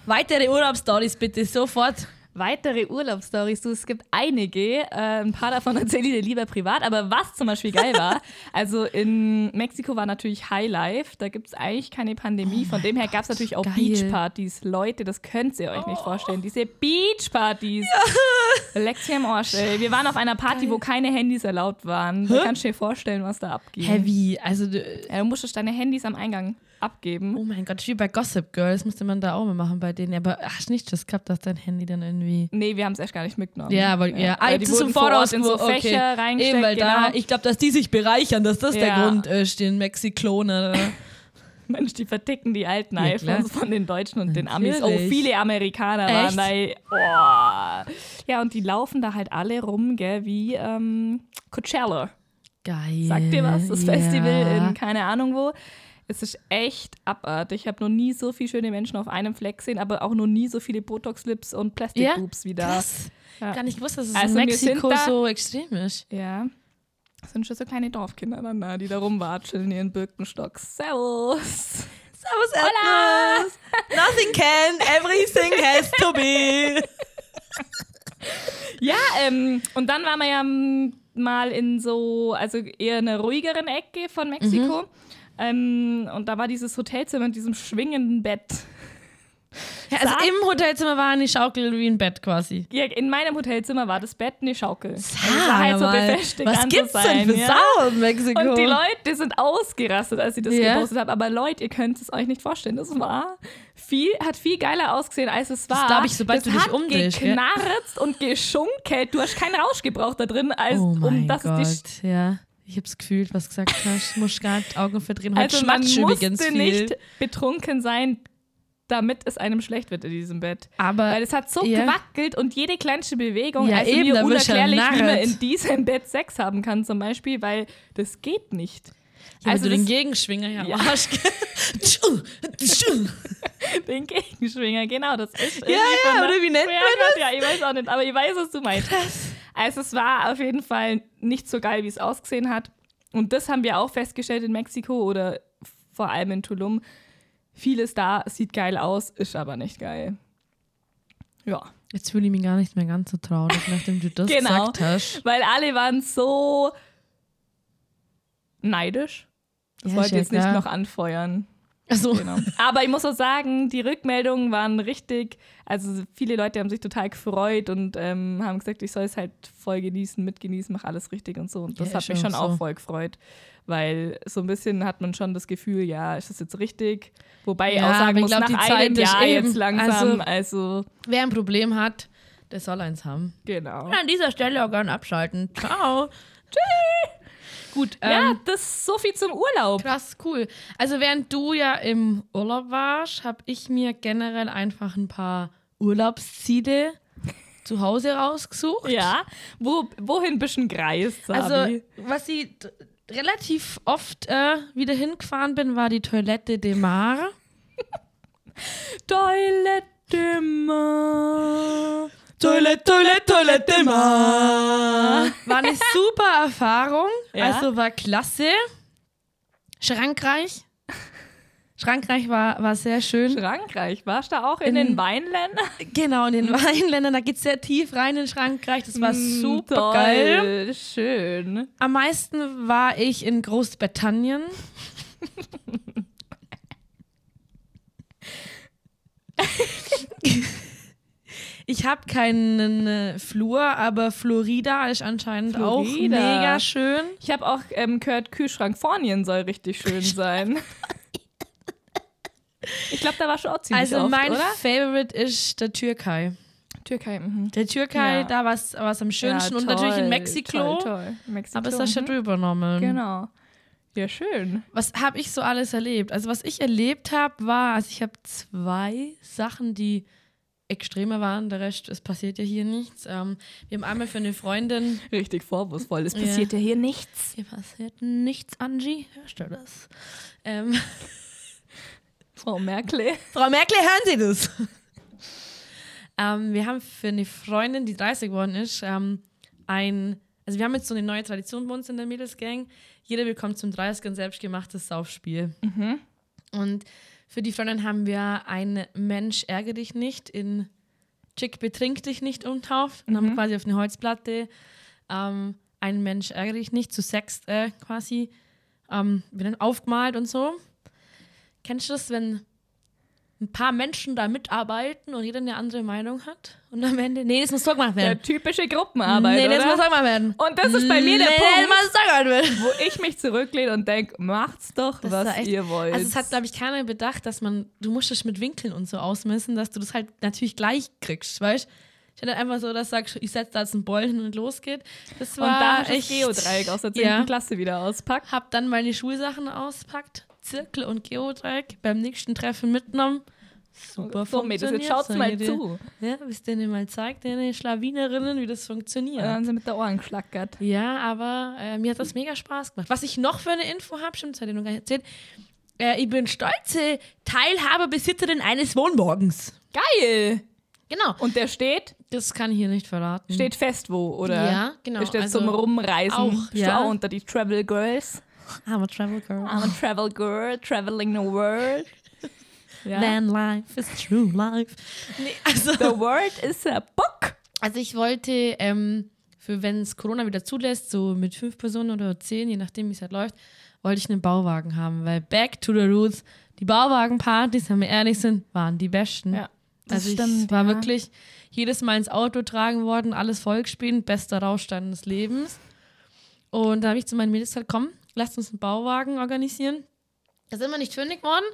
Speaker 4: weitere Urlaubsstories bitte, sofort.
Speaker 5: Weitere Urlaubsstories, du, es gibt einige. Äh, ein paar davon erzähle ich dir lieber privat. Aber was zum Beispiel geil war, also in Mexiko war natürlich Highlife. Da gibt es eigentlich keine Pandemie. Von dem her gab es natürlich auch
Speaker 4: Oh geil. Oh.
Speaker 5: Beachpartys. Leute, das könnt ihr euch nicht vorstellen. Diese Beachpartys. Lex hier im Arsch, ey. Wir waren auf einer Party, wo keine Handys erlaubt waren. Da kannst du dir vorstellen, was da abging.
Speaker 4: Heavy, also d-
Speaker 5: Ja, du musstest deine Handys am Eingang abgeben.
Speaker 4: oh mein Gott, wie bei Gossip Girls müsste man da auch mal machen bei denen. Aber hast du nicht das gehabt, dass dein Handy dann irgendwie
Speaker 5: Nee, wir haben es echt gar nicht mitgenommen.
Speaker 4: ja, weil ja, Ah,
Speaker 5: weil die
Speaker 4: das ist
Speaker 5: wurden
Speaker 4: im
Speaker 5: vor Ort
Speaker 4: Voraus
Speaker 5: in so
Speaker 4: wo- okay.
Speaker 5: Fächer reingesteckt.
Speaker 4: Eben, weil
Speaker 5: genau.
Speaker 4: da, ich glaube, dass die sich bereichern, dass das der
Speaker 5: Ja.
Speaker 4: Grund äh, ist, den Mexikloner.
Speaker 5: Mensch, die verticken die alten
Speaker 4: Ja, klar.
Speaker 5: iPhones von den Deutschen und den Amis. Oh,
Speaker 4: Natürlich.
Speaker 5: viele Amerikaner
Speaker 4: Echt?
Speaker 5: waren da. ey. Oh. Ja, und die laufen da halt alle rum, gell, wie ähm, Coachella.
Speaker 4: Geil.
Speaker 5: Sagt dir was? Das
Speaker 4: ja.
Speaker 5: Festival in keine Ahnung wo. Es ist echt abartig. Ich habe noch nie so viele schöne Menschen auf einem Fleck gesehen, aber auch noch nie so viele Botox-Lips und
Speaker 4: ja?
Speaker 5: Plastik-Boobs wie da.
Speaker 4: Krass.
Speaker 5: Ja.
Speaker 4: Gar nicht gewusst, dass es
Speaker 5: Also
Speaker 4: in
Speaker 5: wir sind
Speaker 4: Mexiko
Speaker 5: da-
Speaker 4: so extrem ist.
Speaker 5: Ja. Das sind schon so kleine Dorfkinder dann da, die da rumwatscheln in ihren Birkenstock. Servus.
Speaker 4: Servus, Hola. Nothing can, everything has to be.
Speaker 5: Ja, ähm, und dann waren wir ja mm, mal in so, also eher in einer ruhigeren Ecke von
Speaker 4: Mhm.
Speaker 5: Mexiko. Ähm, und da war dieses Hotelzimmer mit diesem schwingenden Bett.
Speaker 4: Ja, also
Speaker 5: Sag-
Speaker 4: im Hotelzimmer war eine Schaukel wie ein Bett quasi.
Speaker 5: Ja, in meinem Hotelzimmer war das Bett eine Schaukel. Also Sag
Speaker 4: mal, was gibt's denn für Sau in Mexiko?
Speaker 5: Und die Leute sind ausgerastet, als sie das
Speaker 4: Ja.
Speaker 5: gepostet haben. Aber Leute, ihr könnt es euch nicht vorstellen. Das war viel, hat viel geiler ausgesehen, als es war.
Speaker 4: glaub ich, sobald
Speaker 5: das
Speaker 4: du dich
Speaker 5: hat
Speaker 4: umdrehst, gell?
Speaker 5: geknarzt und geschunkelt. Du hast keinen Rausch gebraucht da drin, als,
Speaker 4: oh mein
Speaker 5: um dass
Speaker 4: Gott,
Speaker 5: es dich.
Speaker 4: ja. Ich hab's gefühlt, was du gesagt hast. Muss gar nicht Augen verdrehen. Heute
Speaker 5: Also man
Speaker 4: schmatsch
Speaker 5: musste
Speaker 4: übrigens viel.
Speaker 5: nicht betrunken sein, damit es einem schlecht wird in diesem Bett.
Speaker 4: aber
Speaker 5: Weil es hat so
Speaker 4: Ja.
Speaker 5: gewackelt und jede kleinste Bewegung,
Speaker 4: Ja,
Speaker 5: also
Speaker 4: eben,
Speaker 5: mir
Speaker 4: da wirst du ja
Speaker 5: unerklärlich, wie man
Speaker 4: narrt.
Speaker 5: in diesem Bett Sex haben kann zum Beispiel, weil das geht nicht.
Speaker 4: ja, also du den
Speaker 5: das-
Speaker 4: Gegenschwinger ja,
Speaker 5: Ja.
Speaker 4: Arsch. Tschu, tschu.
Speaker 5: Den Gegenschwinger, genau, das ist
Speaker 4: ja, ja, oder wie nennt
Speaker 5: ja,
Speaker 4: man
Speaker 5: Gott, ja, ich weiß auch nicht, aber ich weiß, was du meinst. Also es war auf jeden Fall nicht so geil, wie es ausgesehen hat. Und das haben wir auch festgestellt in Mexiko oder vor allem in Tulum. Vieles da sieht geil aus, ist aber nicht geil. Ja.
Speaker 4: Jetzt fühle ich mich gar nicht mehr ganz so traurig, nachdem du das
Speaker 5: Genau.
Speaker 4: gesagt hast.
Speaker 5: Weil alle waren so neidisch. Das
Speaker 4: Ja,
Speaker 5: wollte
Speaker 4: ist
Speaker 5: ich
Speaker 4: ja
Speaker 5: jetzt nicht
Speaker 4: klar.
Speaker 5: noch anfeuern.
Speaker 4: Also,
Speaker 5: Genau. Aber ich muss auch sagen, die Rückmeldungen waren richtig. Also viele Leute haben sich total gefreut und ähm, haben gesagt, ich soll es halt voll genießen, mitgenießen, mach alles richtig und so. Und das
Speaker 4: Ja,
Speaker 5: hat
Speaker 4: ist
Speaker 5: mich
Speaker 4: schon
Speaker 5: schon auch
Speaker 4: so.
Speaker 5: voll gefreut, weil so ein bisschen hat man schon das Gefühl, ja, ist das jetzt richtig? Wobei ich
Speaker 4: Ja,
Speaker 5: auch
Speaker 4: aber
Speaker 5: sagen
Speaker 4: ich
Speaker 5: muss,
Speaker 4: glaub,
Speaker 5: nach
Speaker 4: die Zeit
Speaker 5: einem
Speaker 4: ist
Speaker 5: Jahr
Speaker 4: eben-
Speaker 5: jetzt langsam, also,
Speaker 4: wer ein Problem hat, Der soll eins haben.
Speaker 5: Genau.
Speaker 4: Und an dieser Stelle auch gerne abschalten. Ciao. Tschüss. Gut, ähm,
Speaker 5: Ja, das ist so viel zum Urlaub.
Speaker 4: Krass, cool. Also während du ja im Urlaub warst, habe ich mir generell einfach ein paar Urlaubsziele zu Hause rausgesucht.
Speaker 5: Ja. Wo, wohin bist du denn gereist, Sabi?
Speaker 4: Also was ich d- relativ oft äh, wieder hingefahren bin, war die Toilette de Mar.
Speaker 5: Toilette Ma.
Speaker 4: Toilette, Toilette, Toilette Mar. War eine super Erfahrung.
Speaker 5: Ja.
Speaker 4: Also war klasse. Schrankreich. Schrankreich war, war sehr schön.
Speaker 5: Frankreich, warst du da auch in, den Weinländern?
Speaker 4: Genau, in den
Speaker 5: Hm.
Speaker 4: Weinländern, da geht es sehr tief rein in Frankreich. Das war super geil.
Speaker 5: Toll, Schön.
Speaker 4: Am meisten war ich in Großbritannien. ich habe keinen äh, Flur, aber Florida ist anscheinend auch
Speaker 5: Florida.
Speaker 4: mega schön.
Speaker 5: Ich habe auch ähm, gehört, Kühlschrankfornien soll richtig schön sein. Ich glaube, da war schon auch ziemlich
Speaker 4: Also
Speaker 5: oft,
Speaker 4: mein
Speaker 5: oder?
Speaker 4: Favorite ist der Türkei.
Speaker 5: Türkei. Mhm.
Speaker 4: Der Türkei,
Speaker 5: Ja.
Speaker 4: da war es am schönsten.
Speaker 5: Ja,
Speaker 4: Und natürlich in
Speaker 5: toll,
Speaker 4: Mexiko.
Speaker 5: Toll, toll. Mexiko.
Speaker 4: Aber es ist ja
Speaker 5: mhm.
Speaker 4: drüber genommen.
Speaker 5: Genau. Ja, schön.
Speaker 4: Was habe ich so alles erlebt? Also was ich erlebt habe, war, also ich habe zwei Sachen, die extremer waren. Der Rest, es passiert ja hier nichts. Ähm, wir haben einmal für eine Freundin,
Speaker 5: Richtig vorwurfsvoll. Es
Speaker 4: Ja.
Speaker 5: passiert ja hier nichts.
Speaker 4: hier passiert nichts, Angie, hörst du das? Ähm,
Speaker 5: Frau Merkel.
Speaker 4: Frau Merkel, hören Sie das? ähm, wir haben für eine Freundin, die 30 geworden ist, ähm, ein, also wir haben jetzt so eine neue Tradition bei uns in der Mädelsgang. Jeder bekommt zum 30 ein selbstgemachtes Saufspiel. Und für die Freundin haben wir ein Mensch ärgere dich nicht in Chick betrink dich nicht umtauft und haben quasi auf eine Holzplatte ähm, ein Mensch ärgere dich nicht zu Sex äh, quasi ähm, wir dann aufgemalt und so. Kennst du das, wenn ein paar Menschen da mitarbeiten und jeder eine andere Meinung hat? Und am Ende, nee, das muss so gemacht werden.
Speaker 5: Der typische Gruppenarbeit,
Speaker 4: nee, das
Speaker 5: oder?
Speaker 4: muss so gemacht werden.
Speaker 5: Und das ist bei mir der
Speaker 4: nee, Das
Speaker 5: Punkt.
Speaker 4: muss so gemacht werden.
Speaker 5: wo ich mich zurücklehne und denke, macht's doch,
Speaker 4: Das war
Speaker 5: was
Speaker 4: echt-
Speaker 5: ihr wollt.
Speaker 4: Also es hat, glaube ich, keiner bedacht, dass man, du musst das mit Winkeln und so ausmessen, dass du das halt natürlich gleich kriegst, weißt? Ich hätte einfach so, dass du sagst, ich setze da jetzt einen Ball hin und los geht. Das
Speaker 5: und
Speaker 4: war
Speaker 5: da hast du das
Speaker 4: echt,
Speaker 5: Geodreieck aus der 10.
Speaker 4: Ja.
Speaker 5: Klasse wieder auspackt.
Speaker 4: Hab dann meine Schulsachen auspackt, Zirkel und Geodreieck, beim nächsten Treffen mitgenommen. Super
Speaker 5: So,
Speaker 4: funktioniert.
Speaker 5: Mädels, jetzt schaut's
Speaker 4: Soll
Speaker 5: mal
Speaker 4: ich
Speaker 5: zu.
Speaker 4: Dir, ja, bis denen mal zeigt, den Schlawinerinnen, wie das
Speaker 5: Und dann
Speaker 4: funktioniert.
Speaker 5: haben sie mit der Ohren geschlackert.
Speaker 4: Ja, aber äh, mir hat das mega Spaß gemacht. Was ich noch für eine Info habe, stimmt, das hat ich noch gar nicht erzählt. Äh, ich bin stolze Teilhaberbesitzerin eines Wohnmorgens.
Speaker 5: Geil!
Speaker 4: Genau.
Speaker 5: Und der steht,
Speaker 4: Das kann ich hier nicht verraten.
Speaker 5: steht fest wo, oder?
Speaker 4: Ja, genau,
Speaker 5: Ist der
Speaker 4: also
Speaker 5: zum Rumreisen?
Speaker 4: auch,
Speaker 5: Bist du
Speaker 4: ja.
Speaker 5: auch unter die Travel Girls.
Speaker 4: I'm a travel girl.
Speaker 5: I'm a travel girl, traveling the world. Ja.
Speaker 4: Van life is true life. Nee, also,
Speaker 5: The world is a book.
Speaker 4: Also ich wollte, ähm, für wenn es Corona wieder zulässt, so mit fünf Personen oder zehn, je nachdem wie es halt läuft, wollte ich einen Bauwagen haben, weil back to the roots, die Bauwagenpartys, wenn wir ehrlich sind, waren die besten.
Speaker 5: Ja, das
Speaker 4: also ich
Speaker 5: stimmt,
Speaker 4: war
Speaker 5: ja.
Speaker 4: wirklich jedes Mal ins Auto tragen worden, alles vollgespielt, bester Rauschstein des Lebens. Und da habe ich zu meinen Mädels gesagt, komm, lasst uns einen Bauwagen organisieren. Da sind wir nicht fündig geworden,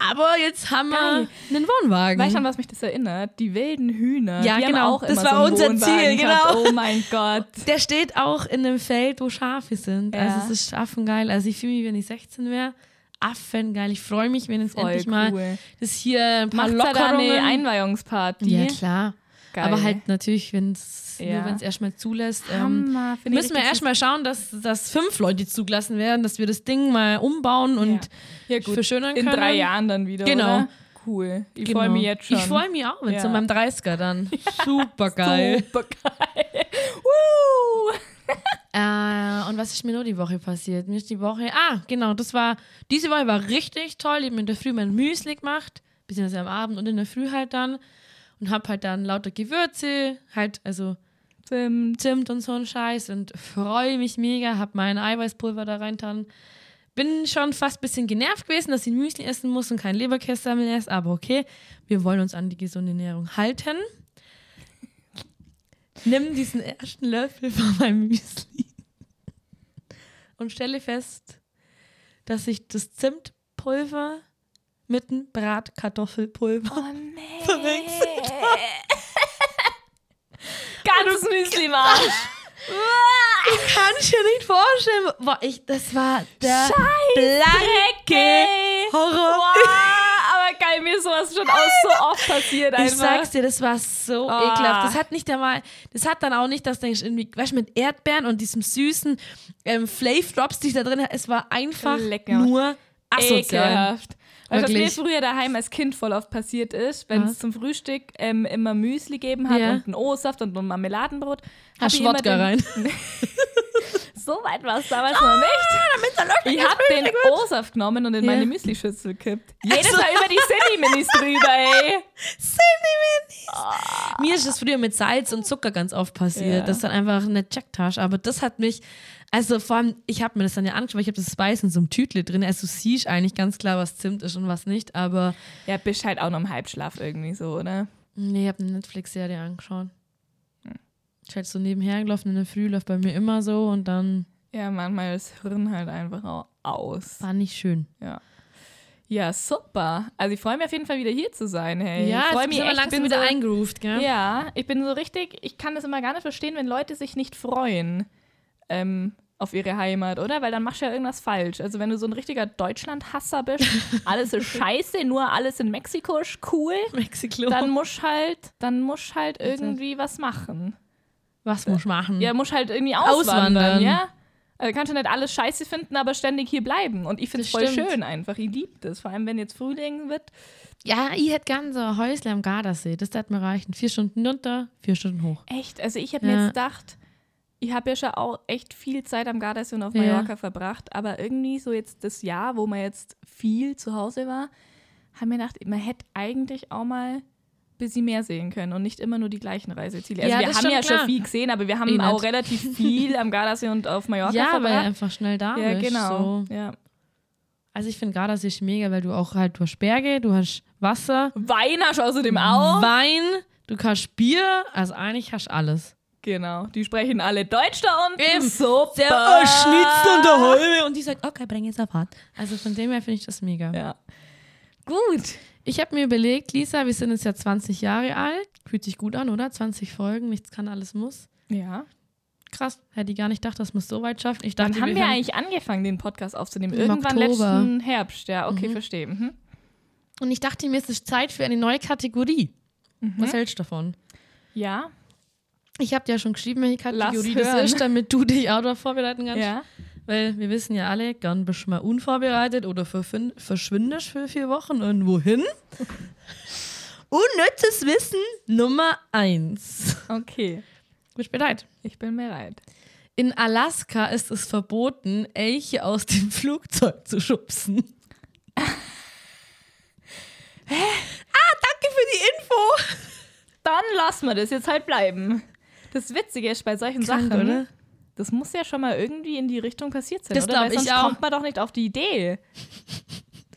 Speaker 4: aber jetzt haben
Speaker 5: Geil.
Speaker 4: wir einen Wohnwagen.
Speaker 5: Weißt du, an was mich das erinnert? Die wilden Hühner.
Speaker 4: Ja,
Speaker 5: die
Speaker 4: genau.
Speaker 5: Haben auch
Speaker 4: Das
Speaker 5: immer
Speaker 4: war
Speaker 5: so einen
Speaker 4: unser
Speaker 5: Wohnwagen
Speaker 4: Ziel,
Speaker 5: gehabt.
Speaker 4: genau.
Speaker 5: Oh mein Gott.
Speaker 4: Der steht auch in einem Feld, wo Schafe sind.
Speaker 5: Ja.
Speaker 4: Also es ist affengeil. Also ich fühle mich, wenn ich 16 wäre, affengeil. Ich freue mich, wenn jetzt
Speaker 5: Voll
Speaker 4: endlich mal
Speaker 5: cool.
Speaker 4: das hier ein paar
Speaker 5: Macht da dann
Speaker 4: Lockerungen...
Speaker 5: eine Einweihungsparty?
Speaker 4: ja, klar.
Speaker 5: Geil.
Speaker 4: Aber halt natürlich, wenn es
Speaker 5: Ja.
Speaker 4: nur wenn es erstmal zulässt. Ähm,
Speaker 5: Hammer, finde ich
Speaker 4: müssen wir
Speaker 5: richtig
Speaker 4: erstmal schauen, dass, dass fünf Leute zugelassen werden, dass wir das Ding mal umbauen
Speaker 5: Ja.
Speaker 4: und
Speaker 5: Ja, gut.
Speaker 4: verschönern
Speaker 5: In
Speaker 4: können.
Speaker 5: drei Jahren dann wieder.
Speaker 4: Genau.
Speaker 5: Oder? Cool. Ich
Speaker 4: Genau.
Speaker 5: freue mich jetzt schon.
Speaker 4: Ich freue mich auch, wenn es
Speaker 5: Ja.
Speaker 4: in meinem 30er dann. Super geil.
Speaker 5: Super geil. Woo!
Speaker 4: Äh, und was ist mir nur die Woche passiert? Mir ist die Woche, ah, genau, das war, diese Woche war richtig toll. Ich habe mir in der Früh mein Müsli gemacht, beziehungsweise am Abend und in der Früh halt dann. Und habe halt dann lauter Gewürze, halt, also
Speaker 5: Zimt.
Speaker 4: Zimt und so ein Scheiß und freue mich mega, habe mein Eiweißpulver da reintan. Bin schon fast ein bisschen genervt gewesen, dass ich Müsli essen muss und kein Leberkäse mehr esse, aber okay, wir wollen uns an die gesunde Ernährung halten. Nimm diesen ersten Löffel von meinem Müsli und stelle fest, dass ich das Zimtpulver mit Oh, dem Bratkartoffelpulver
Speaker 5: Oh nee. ganzes Müsli im Arsch.
Speaker 4: Ich kann es dir nicht vorstellen. Boah, ich, das war der
Speaker 5: Ecke.
Speaker 4: Horror.
Speaker 5: Aber geil, mir ist sowas schon auch so oft passiert
Speaker 4: Ich
Speaker 5: einfach.
Speaker 4: sag's dir, das war so
Speaker 5: Ah.
Speaker 4: ekelhaft. Das hat nicht einmal, das hat dann auch nicht, dass du denkst, irgendwie, weißt du, mit Erdbeeren und diesem süßen ähm, Flav Drops, die ich da drin hatte, es war einfach
Speaker 5: Lecker.
Speaker 4: nur asozial.
Speaker 5: Ekelhaft. Weißt du, was mir
Speaker 4: Wirklich.
Speaker 5: früher daheim als Kind voll oft passiert ist, wenn es zum Frühstück ähm, immer Müsli gegeben hat
Speaker 4: Ja.
Speaker 5: und einen O-Saft und ein Marmeladenbrot. hab
Speaker 4: Hast
Speaker 5: ich
Speaker 4: du
Speaker 5: immer
Speaker 4: Wodka
Speaker 5: den-
Speaker 4: rein?
Speaker 5: So weit war es damals noch nicht. Ah, Ich habe den O-Saft genommen und in
Speaker 4: Ja.
Speaker 5: meine Müslischüssel gekippt. Jedes
Speaker 4: so.
Speaker 5: Mal über die City-Minis drüber, ey.
Speaker 4: Ah. Mir ist das früher mit Salz und Zucker ganz oft passiert.
Speaker 5: Ja.
Speaker 4: Das ist dann einfach eine Jacktasche. Aber das hat mich, also vor allem, ich habe mir das dann ja angeschaut, weil ich habe das Spice in so einem Tütle drin. Also du siehst eigentlich ganz klar, was Zimt ist und was nicht. Aber
Speaker 5: Ja, bist halt auch noch im Halbschlaf irgendwie so, oder?
Speaker 4: nee, ich habe eine Netflix-Serie angeschaut.
Speaker 5: Hm.
Speaker 4: Ich halt so nebenher gelaufen in der Früh, läuft bei mir immer so und dann
Speaker 5: Ja, manchmal ist das Hirn halt einfach auch aus.
Speaker 4: war nicht schön.
Speaker 5: Ja, super. Also ich freue mich auf jeden Fall wieder hier zu sein, hey. ich freue
Speaker 4: jetzt bist
Speaker 5: mich
Speaker 4: du
Speaker 5: echt, ich bin so,
Speaker 4: eingeruft, gell?
Speaker 5: Ja, ich bin so richtig, ich kann das immer gar nicht verstehen, wenn Leute sich nicht freuen ähm, auf ihre Heimat, oder? Weil dann machst du ja irgendwas falsch. Also wenn du so ein richtiger Deutschlandhasser bist, alles ist scheiße, nur alles in Mexiko ist cool,
Speaker 4: Mexiko.
Speaker 5: dann musst halt, dann musst halt irgendwie was machen.
Speaker 4: was muss ich machen?
Speaker 5: Ja, musst halt irgendwie auswandern,
Speaker 4: Hm. Auswandern.
Speaker 5: ja? Also kannst du nicht alles scheiße finden, aber ständig hier bleiben. Und ich finde es
Speaker 4: Das
Speaker 5: voll
Speaker 4: stimmt.
Speaker 5: schön einfach. Ich liebe das. Vor allem, wenn jetzt Frühling wird.
Speaker 4: ja ich hätte gern so ein Häusle am Gardasee. Das hat mir reichen. Vier Stunden runter, vier Stunden hoch.
Speaker 5: Echt? Also ich habe mir
Speaker 4: Ja.
Speaker 5: jetzt gedacht, ich habe ja schon auch echt viel Zeit am Gardasee und auf
Speaker 4: Ja.
Speaker 5: Mallorca verbracht, aber irgendwie so jetzt das Jahr, wo man jetzt viel zu Hause war, haben wir gedacht, man hätte eigentlich auch mal ein bisschen mehr sehen können und nicht immer nur die gleichen Reiseziele. Also
Speaker 4: Ja,
Speaker 5: wir
Speaker 4: das
Speaker 5: haben
Speaker 4: ist schon
Speaker 5: ja schon
Speaker 4: klar.
Speaker 5: viel gesehen, aber wir haben
Speaker 4: Eh
Speaker 5: auch
Speaker 4: nicht.
Speaker 5: relativ viel am Gardasee und auf Mallorca
Speaker 4: Ja, weil
Speaker 5: verbracht.
Speaker 4: einfach schnell da
Speaker 5: Ja,
Speaker 4: bist.
Speaker 5: genau.
Speaker 4: So.
Speaker 5: Ja.
Speaker 4: Also ich finde Gardasee ist mega, weil du auch halt, du hast Berge, du hast Wasser,
Speaker 5: Wein hast du außerdem auch.
Speaker 4: Wein, du kannst Bier, also eigentlich hast du alles.
Speaker 5: genau, die sprechen alle Deutsch da unten.
Speaker 4: Eben.
Speaker 5: Super. äh,
Speaker 4: der Holme und die sagt, okay, bring jetzt auf Fahrt. Also von dem her finde ich das mega.
Speaker 5: Ja. Gut.
Speaker 4: Ich habe mir überlegt, Lisa, wir sind jetzt ja 20 Jahre alt. Fühlt sich gut an, oder? 20 Folgen, nichts kann, alles muss.
Speaker 5: Ja.
Speaker 4: Krass, hätte ich gar nicht gedacht, dass wir es so weit schaffen. Ich dachte,
Speaker 5: Wann haben
Speaker 4: wir
Speaker 5: wir
Speaker 4: haben-
Speaker 5: eigentlich angefangen, den Podcast aufzunehmen?
Speaker 4: Im
Speaker 5: Irgendwann
Speaker 4: Oktober.
Speaker 5: letzten Herbst, ja, okay, verstehe. Mhm.
Speaker 4: Und ich dachte mir, es ist Zeit für eine neue Kategorie.
Speaker 5: Mhm.
Speaker 4: Was hältst du davon?
Speaker 5: Ja,
Speaker 4: Ich habe dir ja schon geschrieben, welche
Speaker 5: Lass
Speaker 4: Kategorie
Speaker 5: hören.
Speaker 4: das ist, damit du dich auch darauf vorbereiten kannst.
Speaker 5: ja.
Speaker 4: Weil wir wissen ja alle, gern bist du mal unvorbereitet oder verfin- verschwindest für vier Wochen und wohin? Unnützes Wissen Nummer eins.
Speaker 5: Okay,
Speaker 4: Bist bereit?
Speaker 5: ich bin bereit.
Speaker 4: In Alaska ist es verboten, Elche aus dem Flugzeug zu schubsen. Hä? Ah, danke für die Info.
Speaker 5: Dann lassen wir das jetzt halt bleiben. Das Witzige ist bei solchen
Speaker 4: Krank,
Speaker 5: Sachen,
Speaker 4: oder?
Speaker 5: das muss ja schon mal irgendwie in die Richtung passiert sein,
Speaker 4: Das
Speaker 5: oder?
Speaker 4: glaub
Speaker 5: Weil
Speaker 4: ich
Speaker 5: sonst
Speaker 4: auch.
Speaker 5: kommt man doch nicht auf die Idee.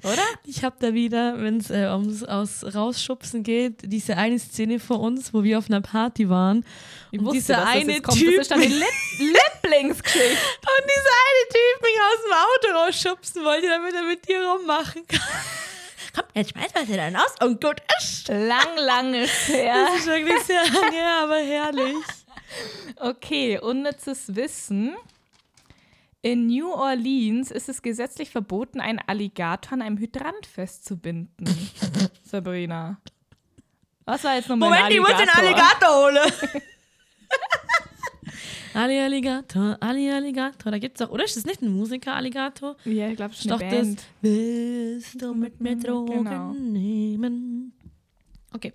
Speaker 5: Oder?
Speaker 4: Ich habe da wieder, wenn es äh, ums aus Rausschubsen geht, diese eine Szene vor uns, wo wir auf einer Party waren.
Speaker 5: Ich
Speaker 4: und
Speaker 5: wusste,
Speaker 4: dieser
Speaker 5: dass das
Speaker 4: eine
Speaker 5: jetzt kommt.
Speaker 4: Typ
Speaker 5: Das ist dann die Lip Lieblingsgeschichte.
Speaker 4: Und dieser eine Typ mich aus dem Auto rausschubsen wollte, damit er mit dir rummachen kann. Komm, jetzt schmeiß mal sie dann aus und gut ist.
Speaker 5: Lang, lang ist her.
Speaker 4: Das ist wirklich sehr lange, her, aber herrlich.
Speaker 5: Okay, unnützes Wissen. In New Orleans ist es gesetzlich verboten, einen Alligator an einem Hydrant festzubinden. Sabrina. Was war jetzt nochmal ein Alligator?
Speaker 4: holen. Ali Alligator, Ali Alligator, da gibt's doch, oder ist das nicht ein Musiker Alligator?
Speaker 5: Ja, ich glaube,
Speaker 4: Ist
Speaker 5: schon
Speaker 4: doch
Speaker 5: eine Band.
Speaker 4: das, willst du mit mir Drogen
Speaker 5: Genau.
Speaker 4: nehmen? Okay.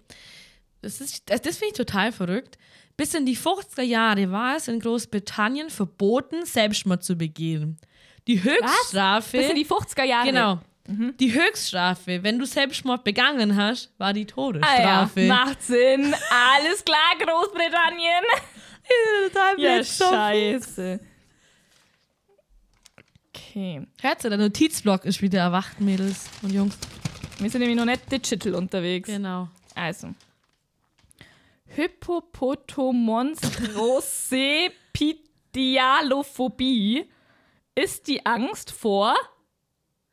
Speaker 4: Das, ist- das, das finde ich total verrückt. Bis in die 50er Jahre war es in Großbritannien verboten, Selbstmord zu begehen. Die Höchststrafe.
Speaker 5: Bis in die 50er Jahre. Mhm.
Speaker 4: genau. Die Höchststrafe, wenn du Selbstmord begangen hast, war die
Speaker 5: Ah, ja.
Speaker 4: Todesstrafe.
Speaker 5: Macht Sinn. Alles klar, Großbritannien.
Speaker 4: total
Speaker 5: Ja, scheiße. Okay.
Speaker 4: Hört ihr, der Notizblock ist wieder erwacht, Mädels und Jungs.
Speaker 5: Wir sind nämlich noch nicht digital unterwegs.
Speaker 4: Genau.
Speaker 5: Also. Hippopotomonstrosepidialophobie ist die Angst vor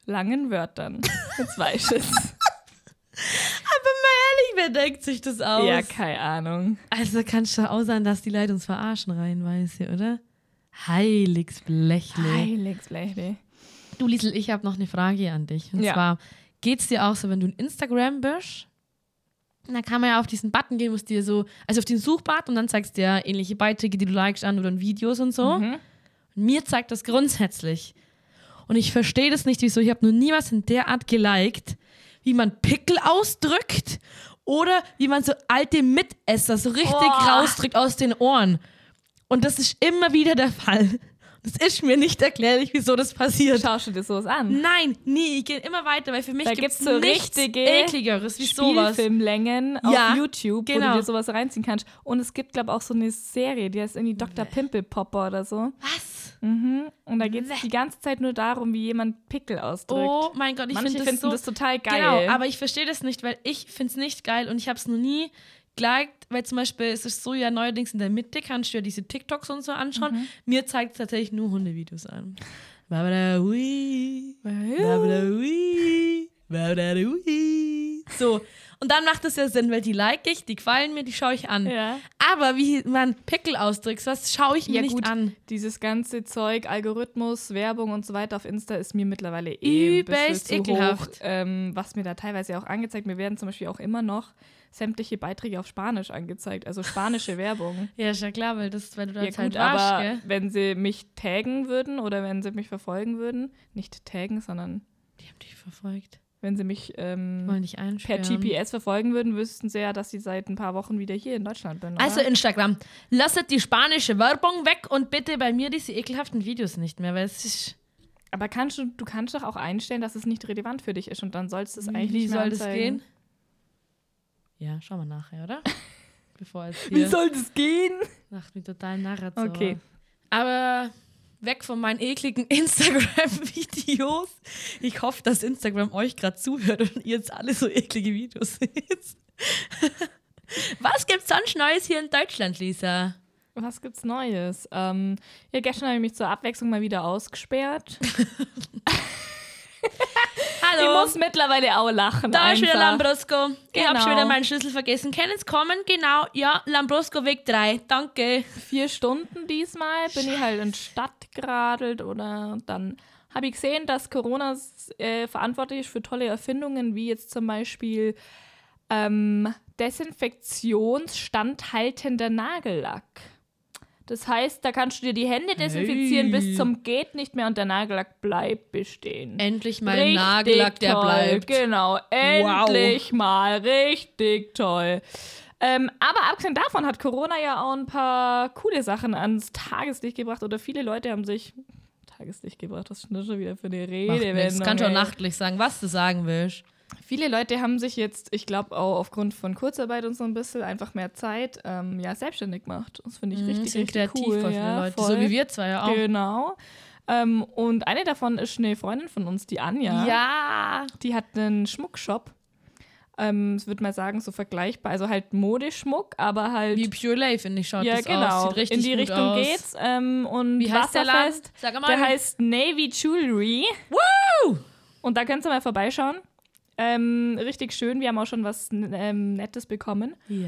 Speaker 5: langen Wörtern. Jetzt weiß ich es.
Speaker 4: Aber mal ehrlich, Irgendwer denkt sich das aus.
Speaker 5: Ja, keine Ahnung.
Speaker 4: also kann es schon auch sein, dass die Leute uns verarschen reinweise, oder? Heiligs Blechle.
Speaker 5: Heiligsblechle.
Speaker 4: Du Liesel, ich habe noch eine Frage an dich. Und
Speaker 5: Ja.
Speaker 4: zwar, geht's dir auch so, wenn du in Instagram bist? Und dann kann man ja auf diesen Button gehen, musst dir so, also auf den Suchbutton und dann zeigst du ja ähnliche Beiträge, die du likest an oder in Videos und so. Und mir zeigt das grundsätzlich. Und ich verstehe das nicht, wieso. Ich habe noch nie was in der Art geliked, wie man Pickel ausdrückt oder wie man so alte Mitesser so richtig rausdrückt aus den Ohren. Und das ist immer wieder der Fall. Das ist mir nicht erklärlich, wieso das passiert.
Speaker 5: Schaust du dir sowas an?
Speaker 4: Nein, nie, ich gehe immer weiter, weil für mich
Speaker 5: Da
Speaker 4: gibt es
Speaker 5: gibt's so
Speaker 4: nichts
Speaker 5: richtige
Speaker 4: ekligeres wie sowas.
Speaker 5: Spielfilmlängen auf
Speaker 4: Ja,
Speaker 5: YouTube, wo
Speaker 4: genau.
Speaker 5: du dir sowas reinziehen kannst. Und es gibt, glaube ich, auch so eine Serie, die heißt irgendwie Dr. Pimple Popper oder so.
Speaker 4: Was?
Speaker 5: Mhm. Und da geht es die ganze Zeit nur darum, wie jemand Pickel ausdrückt.
Speaker 4: Oh mein Gott, ich
Speaker 5: Manche
Speaker 4: finde das
Speaker 5: finden
Speaker 4: so
Speaker 5: das total geil.
Speaker 4: Genau, aber ich verstehe das nicht, weil ich finde es nicht geil und ich habe es noch nie geliked, weil zum Beispiel es ist so ja neuerdings in der Mitte, kannst du ja diese TikToks und so anschauen.
Speaker 5: Mhm.
Speaker 4: Mir zeigt es tatsächlich nur Hundevideos an. Babada hui, babada hui, babada hui. So, und dann macht es ja Sinn, weil die like ich, die gefallen mir, die schaue ich an.
Speaker 5: Ja.
Speaker 4: Aber wie man Pickel ausdrückt, was schaue ich mir
Speaker 5: ja,
Speaker 4: nicht
Speaker 5: gut,
Speaker 4: an.
Speaker 5: dieses ganze Zeug, Algorithmus, Werbung und so weiter auf Insta ist mir mittlerweile eh
Speaker 4: Übelst
Speaker 5: ein bisschen zu
Speaker 4: ekelhaft.
Speaker 5: Hoch, ähm, was mir da teilweise auch angezeigt, mir werden zum Beispiel auch immer noch sämtliche Beiträge auf Spanisch angezeigt, also spanische Werbung.
Speaker 4: Ja, ist ja klar, weil, das, weil du da
Speaker 5: Ja
Speaker 4: jetzt halt
Speaker 5: gut,
Speaker 4: warst,
Speaker 5: aber
Speaker 4: gell?
Speaker 5: wenn sie mich taggen würden oder wenn sie mich verfolgen würden, nicht taggen, sondern
Speaker 4: Die haben dich verfolgt.
Speaker 5: wenn sie mich ähm,
Speaker 4: Wollen dich einsperren.
Speaker 5: per GPS verfolgen würden, wüssten sie ja, dass ich seit ein paar Wochen wieder hier in Deutschland bin. Oder?
Speaker 4: Also Instagram, lasset die spanische Werbung weg und bitte bei mir diese ekelhaften Videos nicht mehr, weil es ist,
Speaker 5: aber kannst du, du kannst doch auch einstellen, dass es nicht relevant für dich ist und dann sollst du es eigentlich
Speaker 4: wie
Speaker 5: nicht mehr
Speaker 4: soll das
Speaker 5: anzeigen.
Speaker 4: gehen? Ja, schauen wir nachher, oder? Bevor es
Speaker 5: Wie
Speaker 4: hier
Speaker 5: soll das gehen?
Speaker 4: macht mich total narrat.
Speaker 5: Okay.
Speaker 4: Aber weg von meinen ekligen Instagram-Videos. Ich hoffe, dass Instagram euch gerade zuhört und ihr jetzt alle so eklige Videos seht. Was gibt's sonst Neues hier in Deutschland, Lisa?
Speaker 5: Was gibt's Neues? Ähm, ja, gestern habe ich mich zur Abwechslung mal wieder ausgesperrt. Ich
Speaker 4: Hallo.
Speaker 5: muss mittlerweile auch lachen.
Speaker 4: Da ist
Speaker 5: einfach.
Speaker 4: wieder Lambrosco. Ich habe
Speaker 5: Genau.
Speaker 4: schon wieder meinen Schlüssel vergessen. Können Sie kommen? Genau. Ja, Lambrosco Weg 3. Danke.
Speaker 5: Vier Stunden diesmal bin ich halt in die Stadt geradelt oder dann habe ich gesehen, dass Corona äh, verantwortlich ist für tolle Erfindungen, wie jetzt zum Beispiel ähm, desinfektionsstandhaltender Nagellack. Das heißt, da kannst du dir die Hände desinfizieren bis zum geht nicht mehr und der Nagellack bleibt bestehen.
Speaker 4: Endlich mal
Speaker 5: Richtig
Speaker 4: Nagellack, der
Speaker 5: toll,
Speaker 4: bleibt.
Speaker 5: Genau, endlich mal richtig toll. Ähm, aber abgesehen davon hat Corona ja auch ein paar coole Sachen ans Tageslicht gebracht oder viele Leute haben sich Tageslicht gebracht. Was ist denn das schon wieder für eine Rede?
Speaker 4: Das kannst du auch nachtlich sagen, was du sagen willst.
Speaker 5: Viele Leute haben sich jetzt, ich glaube auch aufgrund von Kurzarbeit und so ein bisschen einfach mehr Zeit, ähm, ja selbstständig gemacht. Das finde ich richtig,
Speaker 4: Mhm, sind
Speaker 5: richtig
Speaker 4: kreativ
Speaker 5: cool.
Speaker 4: voll viele
Speaker 5: ja,
Speaker 4: Leute.
Speaker 5: voll.
Speaker 4: So wie wir zwei ja auch.
Speaker 5: Genau. Ähm, und eine davon ist eine Freundin von uns, die Anja.
Speaker 4: Ja.
Speaker 5: Die hat einen Schmuckshop. Ähm, ich würde mal sagen, so vergleichbar. Also halt Modeschmuck, aber halt.
Speaker 4: Wie Pure Lay, finde ich, schaut
Speaker 5: ja,
Speaker 4: das
Speaker 5: genau.
Speaker 4: aus. Sieht richtig
Speaker 5: In die
Speaker 4: gut
Speaker 5: Richtung
Speaker 4: aus.
Speaker 5: geht's. Ähm, und
Speaker 4: Wie heißt der Laden?
Speaker 5: wasserfest.
Speaker 4: Sag mal.
Speaker 5: Der heißt Navy Jewelry.
Speaker 4: Woo!
Speaker 5: Und da könnt ihr mal vorbeischauen. Ähm, richtig schön. Wir haben auch schon was ähm, Nettes bekommen.
Speaker 4: Ja.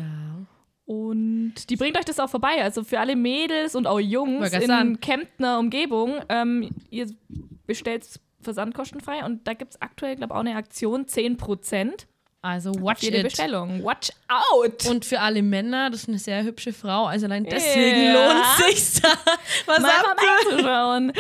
Speaker 5: Und die bringt euch das auch vorbei. Also für alle Mädels und auch Jungs
Speaker 4: Wollte grad sagen.
Speaker 5: in Kemptner Umgebung. Ähm, ihr bestellt versandkostenfrei. Und da gibt es aktuell, glaube ich, auch eine Aktion: 10%.
Speaker 4: Also watch
Speaker 5: Jede
Speaker 4: it.
Speaker 5: Bestellung. Watch out!
Speaker 4: Und für alle Männer, das ist eine sehr hübsche Frau. Also allein deswegen
Speaker 5: Ja.
Speaker 4: lohnt sich da. Was
Speaker 5: mal
Speaker 4: habt ihr?
Speaker 5: reinzuschauen.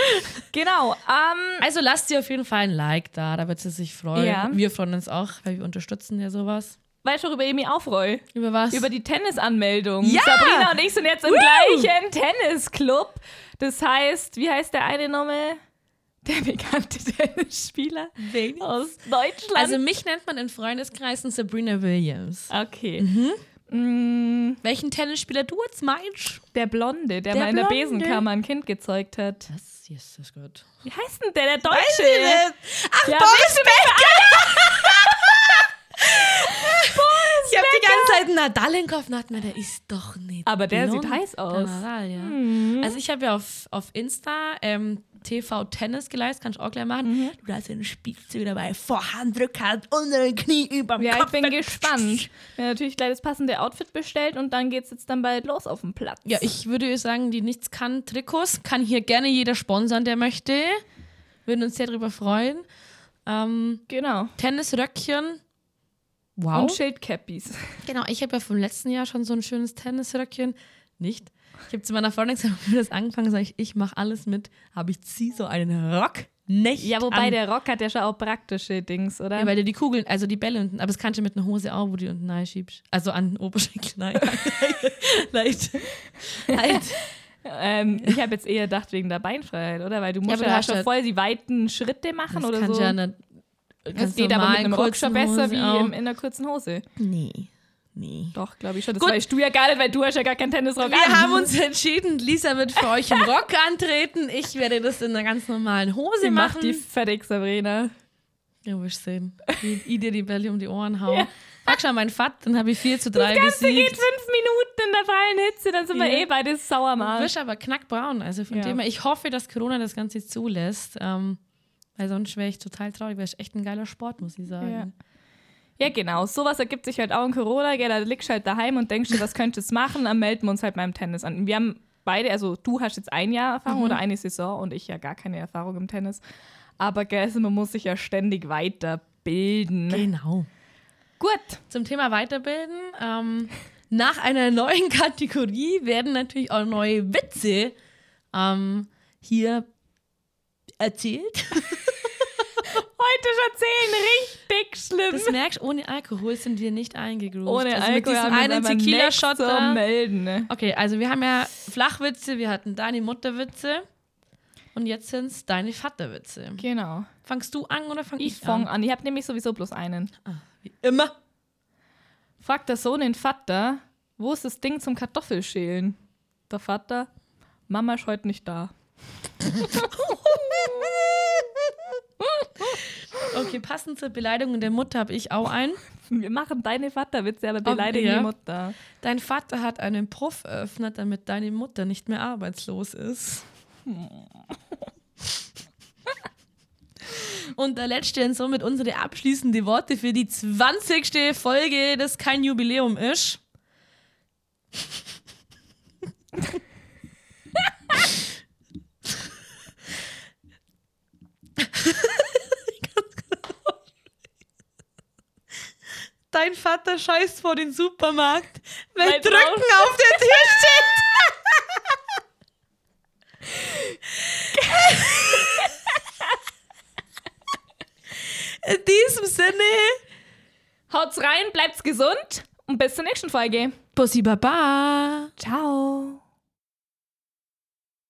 Speaker 5: genau. Ähm,
Speaker 4: Also lasst ihr auf jeden Fall ein Like da, da wird sie sich freuen.
Speaker 5: Ja.
Speaker 4: Wir freuen uns auch, weil wir unterstützen ja sowas.
Speaker 5: weißt du, worüber ich mich aufreue?
Speaker 4: Über was?
Speaker 5: Über die Tennisanmeldung.
Speaker 4: Ja!
Speaker 5: Sabrina und ich sind jetzt im gleichen Tennisclub. Das heißt, wie heißt der eine Name? Der bekannte Tennisspieler
Speaker 4: Wen?
Speaker 5: aus Deutschland.
Speaker 4: Oh, Also mich nennt man in Freundeskreisen Sabrina Williams.
Speaker 5: okay. Mm,
Speaker 4: Welchen Tennisspieler du jetzt meinst?
Speaker 5: Der Blonde, der,
Speaker 4: Der
Speaker 5: mal in der
Speaker 4: Blonde.
Speaker 5: Besenkammer ein Kind gezeugt hat.
Speaker 4: Das yes, das gut.
Speaker 5: Wie heißt denn der? Der Deutsche.
Speaker 4: Ach,
Speaker 5: Ja,
Speaker 4: Boris Becker! ich habe die ganze Zeit Edna Dallenkopf und hat mir, der ist doch nicht.
Speaker 5: Aber der
Speaker 4: blond.
Speaker 5: sieht heiß aus.
Speaker 4: Der war Wahl, ja. Also ich habe ja auf, auf Insta ähm, TV Tennis geleistet, kannst du auch gleich machen. Du hast ja einen Spielzug dabei, Vorhand, Rückhand, unteren Knie, überm
Speaker 5: Ja,
Speaker 4: Kopf.
Speaker 5: ich bin gespannt. Wir haben natürlich gleich das passende Outfit bestellt und dann geht's jetzt dann bald los auf den Platz.
Speaker 4: Ja, ich würde sagen, die nichts kann Trikots kann hier gerne jeder sponsern, der möchte. Würden uns sehr drüber freuen. Ähm,
Speaker 5: Genau.
Speaker 4: Tennisröckchen. Wow.
Speaker 5: Und Schildcappies.
Speaker 4: Genau, ich habe ja vom letzten Jahr schon so ein schönes Tennisröckchen. Nicht? Ich habe zu meiner Freundin gesagt, wie wir das angefangen sage ich, ich mache alles mit, aber ich ziehe so einen Rock nicht.
Speaker 5: Ja, wobei
Speaker 4: an.
Speaker 5: der Rock hat ja schon auch praktische Dings, oder?
Speaker 4: Ja, weil du die Kugeln, also die Bälle unten, aber das kannst du mit einer Hose auch, wo du die unten rein schiebst. Also an den Oberschenkel rein. Leicht. Halt.
Speaker 5: ähm, ich habe jetzt eher gedacht wegen der Beinfreiheit, oder? Weil du musst
Speaker 4: aber
Speaker 5: ja,
Speaker 4: du hast
Speaker 5: schon
Speaker 4: ja-
Speaker 5: voll die weiten Schritte machen
Speaker 4: Das
Speaker 5: oder
Speaker 4: kannst
Speaker 5: so.
Speaker 4: du ja nicht.
Speaker 5: das
Speaker 4: kannst
Speaker 5: geht aber mit
Speaker 4: normal
Speaker 5: einem Rock
Speaker 4: kurzen
Speaker 5: schon besser
Speaker 4: Hosen
Speaker 5: wie
Speaker 4: auch.
Speaker 5: im, in einer kurzen Hose.
Speaker 4: Nee. Nee.
Speaker 5: Doch, glaube ich schon. Das
Speaker 4: Gut.
Speaker 5: weißt du ja gar nicht, weil du hast ja gar keinen Tennisrock an.
Speaker 4: Wir haben uns entschieden, Lisa wird für euch im Rock antreten. Ich werde das in einer ganz normalen Hose
Speaker 5: Sie
Speaker 4: machen.
Speaker 5: macht die fertig, Sabrina.
Speaker 4: Ja, wirst sehen. Wie ich dir die Bälle um die Ohren hau. Frag schon meinen Vater, dann habe ich 4 zu 3
Speaker 5: Das Ganze
Speaker 4: besiegt.
Speaker 5: geht fünf Minuten in der freien Hitze, dann sind wir
Speaker 4: Ja.
Speaker 5: eh beide sauer am
Speaker 4: Du
Speaker 5: Arsch.
Speaker 4: wirst aber knackbraun. Also von
Speaker 5: Ja.
Speaker 4: dem her, ich hoffe, dass Corona das Ganze zulässt. Ähm, weil sonst wäre ich total traurig. Wäre echt ein geiler Sport, muss ich sagen.
Speaker 5: Ja. Ja, genau. Sowas ergibt sich halt auch in Corona, gell? Da liegst du halt daheim und denkst dir, was könntest du machen? Dann melden wir uns halt beim Tennis an. Wir haben beide, also du hast jetzt ein Jahr Erfahrung
Speaker 4: Mhm.
Speaker 5: oder eine Saison und ich ja gar keine Erfahrung im Tennis. Aber gell, also man muss sich ja ständig weiterbilden.
Speaker 4: Genau.
Speaker 5: Gut.
Speaker 4: Zum Thema Weiterbilden. Ähm, nach einer neuen Kategorie werden natürlich auch neue Witze ähm, hier erzählt.
Speaker 5: Heute schon zehn. Richtig schlimm.
Speaker 4: Das merkst du, ohne Alkohol sind wir nicht eingegroovt.
Speaker 5: Ohne
Speaker 4: also mit
Speaker 5: Alkohol
Speaker 4: diesem
Speaker 5: haben wir uns
Speaker 4: einen
Speaker 5: aber nichts
Speaker 4: Tequila-Shot
Speaker 5: zu
Speaker 4: da.
Speaker 5: melden. Ne?
Speaker 4: Okay, also wir haben ja Flachwitze, wir hatten deine Mutterwitze und jetzt sind es deine Vaterwitze.
Speaker 5: Genau.
Speaker 4: Fangst du an oder fang
Speaker 5: Ich
Speaker 4: ich,
Speaker 5: fange
Speaker 4: an?
Speaker 5: an. Ich habe nämlich sowieso bloß einen.
Speaker 4: Wie Immer.
Speaker 5: Fragt der Sohn den Vater, wo ist das Ding zum Kartoffelschälen? Der Vater, Mama ist heute nicht da.
Speaker 4: Okay, passend zur Beleidigung der Mutter habe ich auch einen.
Speaker 5: Wir machen deine Vaterwitze, aber beleidigen
Speaker 4: ja.
Speaker 5: die Mutter.
Speaker 4: Dein Vater hat einen Puff eröffnet, damit deine Mutter nicht mehr arbeitslos ist. Und da letzte und somit unsere abschließende Worte für die 20. Folge, das kein Jubiläum ist. Dein Vater scheißt vor den Supermarkt, weil,
Speaker 5: Weil
Speaker 4: Drücken
Speaker 5: draußen-
Speaker 4: auf der Tür steht. In diesem Sinne,
Speaker 5: Haut's rein, bleibt's gesund und bis zur nächsten Folge.
Speaker 4: Pussy Baba.
Speaker 5: Ciao.